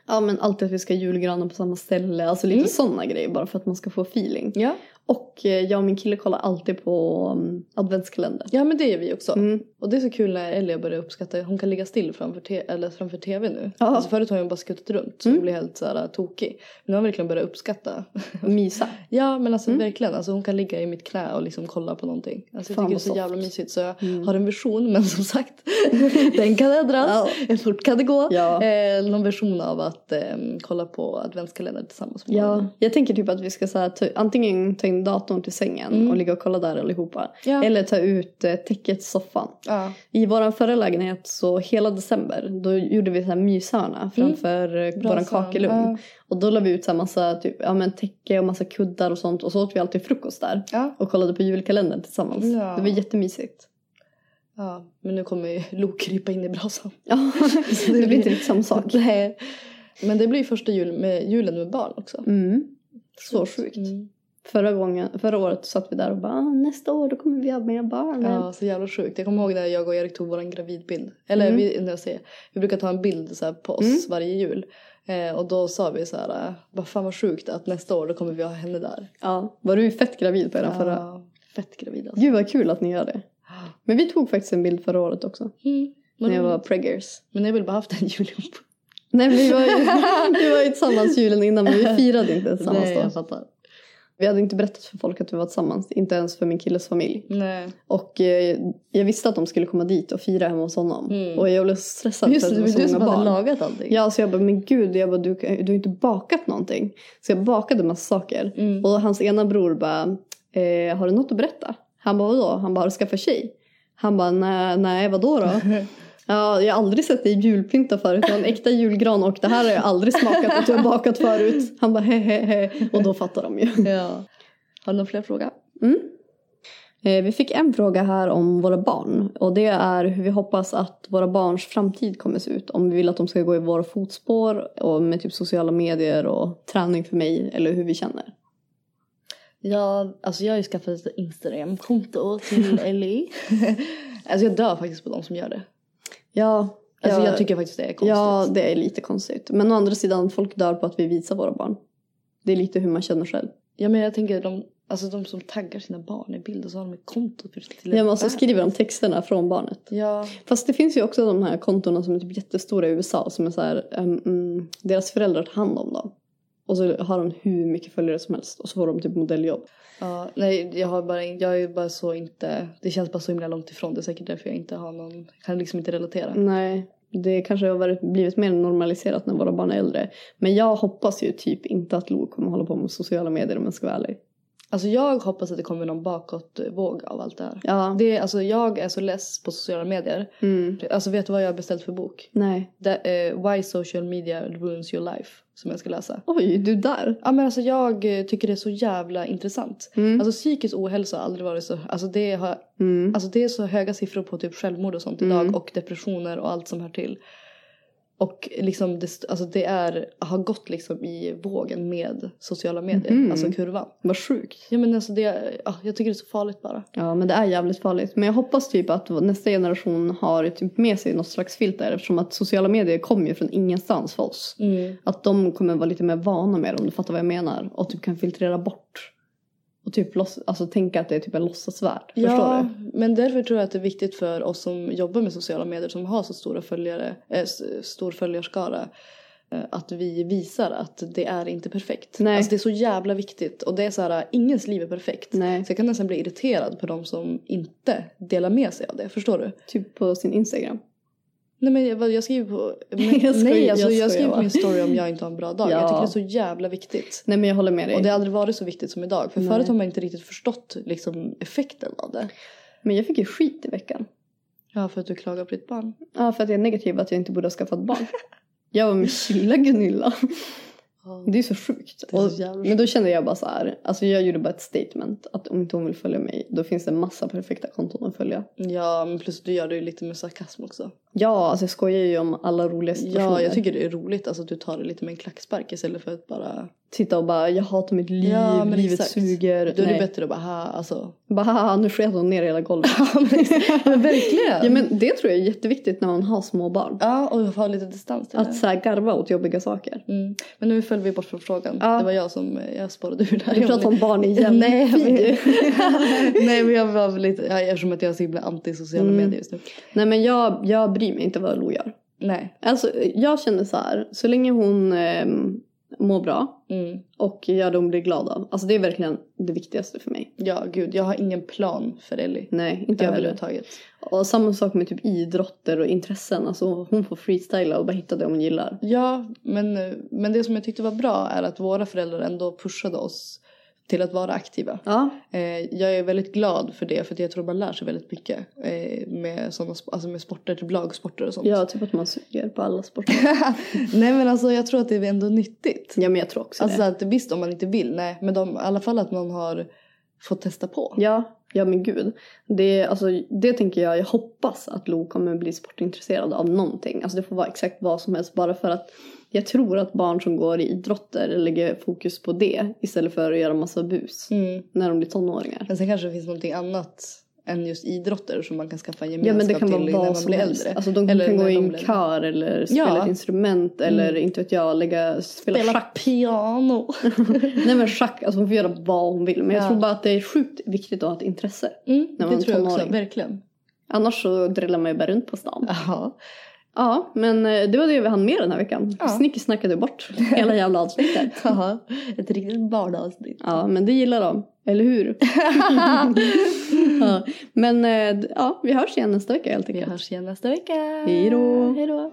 S1: ja men alltid att vi ska ha julgranen på samma ställe. Alltså lite
S2: Mm.
S1: sådana grejer bara för att man ska få feeling.
S2: Ja.
S1: Och eh, jag och min kille kollar alltid på um, adventskalender.
S2: ja, men det gör vi också.
S1: Mm.
S2: Och det är så kul när Elia börjar uppskatta, hon kan ligga still framför, te- eller framför tv nu.
S1: Ja. Mm.
S2: Alltså förut har hon bara skuttat runt så hon blir helt så här, äh, tokig. Men nu har hon verkligen börjat uppskatta.
S1: Mysa.
S2: ja men
S1: Mm.
S2: alltså verkligen, alltså, hon kan ligga i mitt knä och liksom kolla på någonting. Alltså, jag
S1: Fan,
S2: tycker det är
S1: vad
S2: så jävla
S1: soft.
S2: mysigt så
S1: Mm.
S2: jag har en vision men som sagt den kan ändras. Fort kan det gå.
S1: Ja.
S2: Eh, någon version av att eh, kolla på adventskalender tillsammans med
S1: Ja,
S2: barnen.
S1: jag tänker typ att vi ska så här, ta, antingen ta in datorn till sängen och ligga och kolla där allihopa.
S2: Mm. Ja.
S1: Eller ta ut eh, täcket till soffan.
S2: Ja.
S1: I vår förra lägenhet så hela december då gjorde vi så här myshörna framför mm. våran
S2: Brasan,
S1: kakelugn.
S2: ja.
S1: Och då la vi ut så här massa typ, ja, men täcke och massa kuddar och sånt och så åt vi alltid frukost där.
S2: Ja.
S1: Och kollade på julkalendern tillsammans.
S2: Ja.
S1: Det var jättemysigt.
S2: Ja, men nu kommer ju Lo krypa in i brasan.
S1: Ja, det blir
S2: typ
S1: inte riktigt samma sak.
S2: Nej. Men det blir ju första jul eh, med, julen med barn också.
S1: Mm. Så sjukt.
S2: Mm.
S1: Förra, gången, förra året satt vi där och bara "Ah, nästa år då kommer vi ha mer barn.
S2: Ja, så jävla sjukt. Jag kommer ihåg när jag och Erik tog våran gravidbild. Eller
S1: Mm.
S2: vi, när jag säger, vi brukar ta en bild så här på oss
S1: Mm.
S2: varje jul. Eh, och då sa vi så här, eh, vad fan vad sjukt att nästa år då kommer vi ha henne där.
S1: Ja, var du fett gravid på era förra?
S2: Ja, fett gravid alltså.
S1: Gud vad kul att ni gör det. Men vi tog faktiskt en bild förra året också.
S2: Mm.
S1: När jag
S2: Men,
S1: var preggers.
S2: men jag vill bara haft en jul ihop.
S1: Nej men vi var ju, vi var ju tillsammans julen innan men vi firade inte tillsammans
S2: Nej, jag
S1: då.
S2: fattar.
S1: Vi hade inte berättat för folk att vi var tillsammans, inte ens för min killes familj.
S2: Nej.
S1: Och eh, jag visste att de skulle komma dit och fira hemma hos honom.
S2: Mm.
S1: Och jag blev så stressad
S2: Just det, det
S1: för
S2: var
S1: att
S2: du
S1: det
S2: som
S1: var så många
S2: hade
S1: barn.
S2: lagat allting.
S1: Ja, så jag bara, men gud, jag bara, du, kan- du har inte bakat någonting. Så jag bakade massa saker.
S2: Mm.
S1: Och hans ena bror bara, eh, har du något att berätta? Han bara, vadå? Han bara, har du skaffat tjej? Han bara, nej, nej vadå då? Ja, jag har aldrig sett dig julpynta förut. Jag har en äkta julgran och det här har jag aldrig smakat att du har bakat förut. Han bara, hehehe. Och då fattar de ju.
S2: Ja. Har du någon fler fråga?
S1: Eh, Vi fick en fråga här om våra barn och det är hur vi hoppas att våra barns framtid kommer se ut. Om vi vill att de ska gå i våra fotspår och med typ sociala medier och träning för mig eller hur vi känner.
S2: Ja, alltså jag har ju skaffat ett Instagram-konto till Ellie. alltså jag dör faktiskt på de som gör det.
S1: Ja,
S2: Alltså
S1: ja,
S2: jag tycker faktiskt det är konstigt.
S1: ja, det är lite konstigt. Men å andra sidan, folk dör på att vi visar våra barn. Det är lite hur man känner själv.
S2: Ja men jag tänker de, alltså de som taggar sina barn i bild och så har de ett konto för till
S1: Ja, men så
S2: barn.
S1: skriver de texterna från barnet.
S2: Ja,
S1: Fast det finns ju också de här kontona som är typ jättestora i USA som är så här, ehm, mm, deras föräldrar tar hand om dem. Och så har de hur mycket följare som helst och så får de typ modelljobb.
S2: ja, nej jag har bara, jag är bara så inte, det känns bara så himla långt ifrån. Det är säkert därför jag inte har någon, kan liksom inte relatera.
S1: Nej, det kanske har varit, blivit mer normaliserat när våra barn är äldre. Men jag hoppas ju typ inte att Lo kommer hålla på med sociala medier om jag ska vara ärlig.
S2: Alltså jag hoppas att det kommer någon bakåtvåg av allt det här.
S1: Ja,
S2: Det är, alltså jag är så less på sociala medier.
S1: mm,
S2: Alltså vet du vad jag har beställt för bok?
S1: nej.
S2: Det, eh, Why social media ruins your life. Som jag ska läsa.
S1: Oj, du där.
S2: Ja men alltså jag eh, tycker det är så jävla intressant.
S1: Mm.
S2: Alltså psykisk ohälsa har aldrig varit så, alltså det har
S1: Mm.
S2: Alltså det är så höga siffror på typ självmord och sånt
S1: Mm.
S2: idag och depressioner och allt som hör till. Och liksom det, st- alltså det är, har gått liksom i vågen med sociala medier,
S1: Mhm.
S2: alltså kurvan.
S1: Vad sjukt.
S2: Ja men alltså det, ja, jag tycker det är så farligt bara.
S1: Ja, men det är jävligt farligt. Men jag hoppas typ att nästa generation har typ med sig något slags filter eftersom att sociala medier kommer ju från ingenstans för oss.
S2: Mm.
S1: Att de kommer vara lite mer vana med det om du fattar vad jag menar. Och typ kan filtrera bort. Och typ låts, alltså tänka att det är typ en låtsasvärld. Förstår
S2: Ja,
S1: du?
S2: men därför tror jag att det är viktigt för oss som jobbar med sociala medier som har så stora följare, eh, s- stor följarskara eh, att vi visar att det är inte perfekt.
S1: Nej.
S2: Alltså det är så jävla viktigt och det är så här, eh, ingens liv är perfekt.
S1: Nej.
S2: Så jag kan nästan bli irriterad på de som inte delar med sig av det, förstår du?
S1: Typ på sin Instagram.
S2: Nej men jag, vad- jag skriver på... Men,
S1: Jag skojar,
S2: nej alltså
S1: jag
S2: jag,
S1: skojar
S2: skriver
S1: bara.
S2: på min story om jag inte har en bra
S1: Ja.
S2: dag. Jag tycker det är så jävla viktigt.
S1: Nej men jag håller med dig.
S2: Och det har aldrig varit så viktigt som idag. För
S1: Nej.
S2: förut har man inte riktigt förstått liksom, effekten av det.
S1: Men jag fick ju skit i veckan.
S2: Ja, för att du klagar på ditt barn.
S1: Ja för att jag är negativ att jag inte borde ha skaffat barn. jag var med lilla Gunilla. Det är så sjukt.
S2: Mm. Det är så
S1: Och-
S2: jävla
S1: men då kände jag bara så här. Alltså jag gjorde bara ett statement. Att om inte hon vill följa mig då finns det en massa perfekta konton att följa.
S2: Ja, men plus du gör det ju lite med sarkasm också.
S1: Ja alltså jag skojar ju om alla roliga situationer.
S2: Ja, jag tycker det är roligt alltså, att du tar det lite med en klackspark istället för att bara...
S1: Sitta och bara jag hatar mitt liv,
S2: Ja, men
S1: livet
S2: exakt.
S1: suger.
S2: Då är det
S1: Nej.
S2: bättre att bara, ha, alltså...
S1: Bara haha, nu sket hon ner hela golvet.
S2: men verkligen!
S1: ja men det tror jag är jätteviktigt när man har små barn.
S2: Ja, och ha lite distans till
S1: Att
S2: det.
S1: så här garva åt jobbiga saker.
S2: Mm. Men nu föll vi bort från frågan.
S1: Ja.
S2: Det var jag som eh, jag spårade ur där.
S1: Vi pratar om barn igen.
S2: Nej, men,
S1: Fy.
S2: nej men jag var väl lite, ja, eftersom att jag är så himla anti sociala
S1: Mm.
S2: medier just nu.
S1: Nej men jag, jag bryr mig inte vad Lo gör.
S2: Nej.
S1: Alltså jag känner så här, så länge hon eh, mår bra
S2: Mm.
S1: och gör det hon blir glad av. Alltså det är verkligen det viktigaste för mig.
S2: Ja gud, jag har ingen plan för Ellie.
S1: Nej, inte jag heller.
S2: Överhuvudtaget.
S1: Och samma sak med typ idrotter och intressen. Alltså hon får freestyla och bara hitta det hon gillar.
S2: Ja, men, eh, men det som jag tyckte var bra är att våra föräldrar ändå pushade oss till att vara aktiva.
S1: Ja,
S2: Eh, jag är väldigt glad för det för att jag tror man lär sig väldigt mycket eh, med, såna, sp- alltså med sporter, typ lagsporter och sånt.
S1: ja typ att man suger på alla sporter.
S2: Nej men alltså jag tror att det är ändå nyttigt.
S1: ja men jag tror också
S2: Alltså
S1: det.
S2: att visst om man inte vill, nej. Men de, i alla fall att man har fått testa på.
S1: Ja, ja men gud. Det, alltså, det tänker jag, jag hoppas att Lo kommer bli sportintresserad av någonting. Alltså det får vara exakt vad som helst bara för att jag tror att barn som går i idrotter lägger fokus på det istället för att göra massa bus
S2: Mm.
S1: när de blir tonåringar.
S2: Men sen kanske det finns någonting annat än just idrotter som man kan skaffa en
S1: Ja
S2: gemenskap
S1: men det kan
S2: till
S1: vara
S2: när
S1: vad
S2: man
S1: som
S2: blir
S1: helst.
S2: äldre.
S1: Alltså de
S2: Eller
S1: kan gå
S2: när
S1: i
S2: de
S1: en
S2: blir-
S1: kör eller spela
S2: Ja. Mm.
S1: ett instrument eller inte vet jag, lägga, spela,
S2: Spela
S1: schack.
S2: piano.
S1: Nej men schack, alltså hon får göra vad hon vill. Men jag
S2: Ja.
S1: tror bara att det är sjukt viktigt att ha ett intresse.
S2: Mm,
S1: När
S2: det
S1: man är
S2: tror jag också,
S1: tonåring.
S2: verkligen.
S1: Annars så drillar man ju bara runt på stan.
S2: Ja.
S1: Ja, men eh, det var det vi hann med den här veckan.
S3: Ja.
S1: Snicky snackade bort hela jävla avsnittet.
S2: Haha, ett riktigt vardagsavsnitt.
S1: Ja, men det gillar de. Eller hur? ja. Men eh, d- ja, vi hörs igen nästa vecka helt
S2: Vi
S1: enkelt.
S2: hörs igen nästa vecka.
S1: Hej då.
S2: Hej då.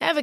S7: Ever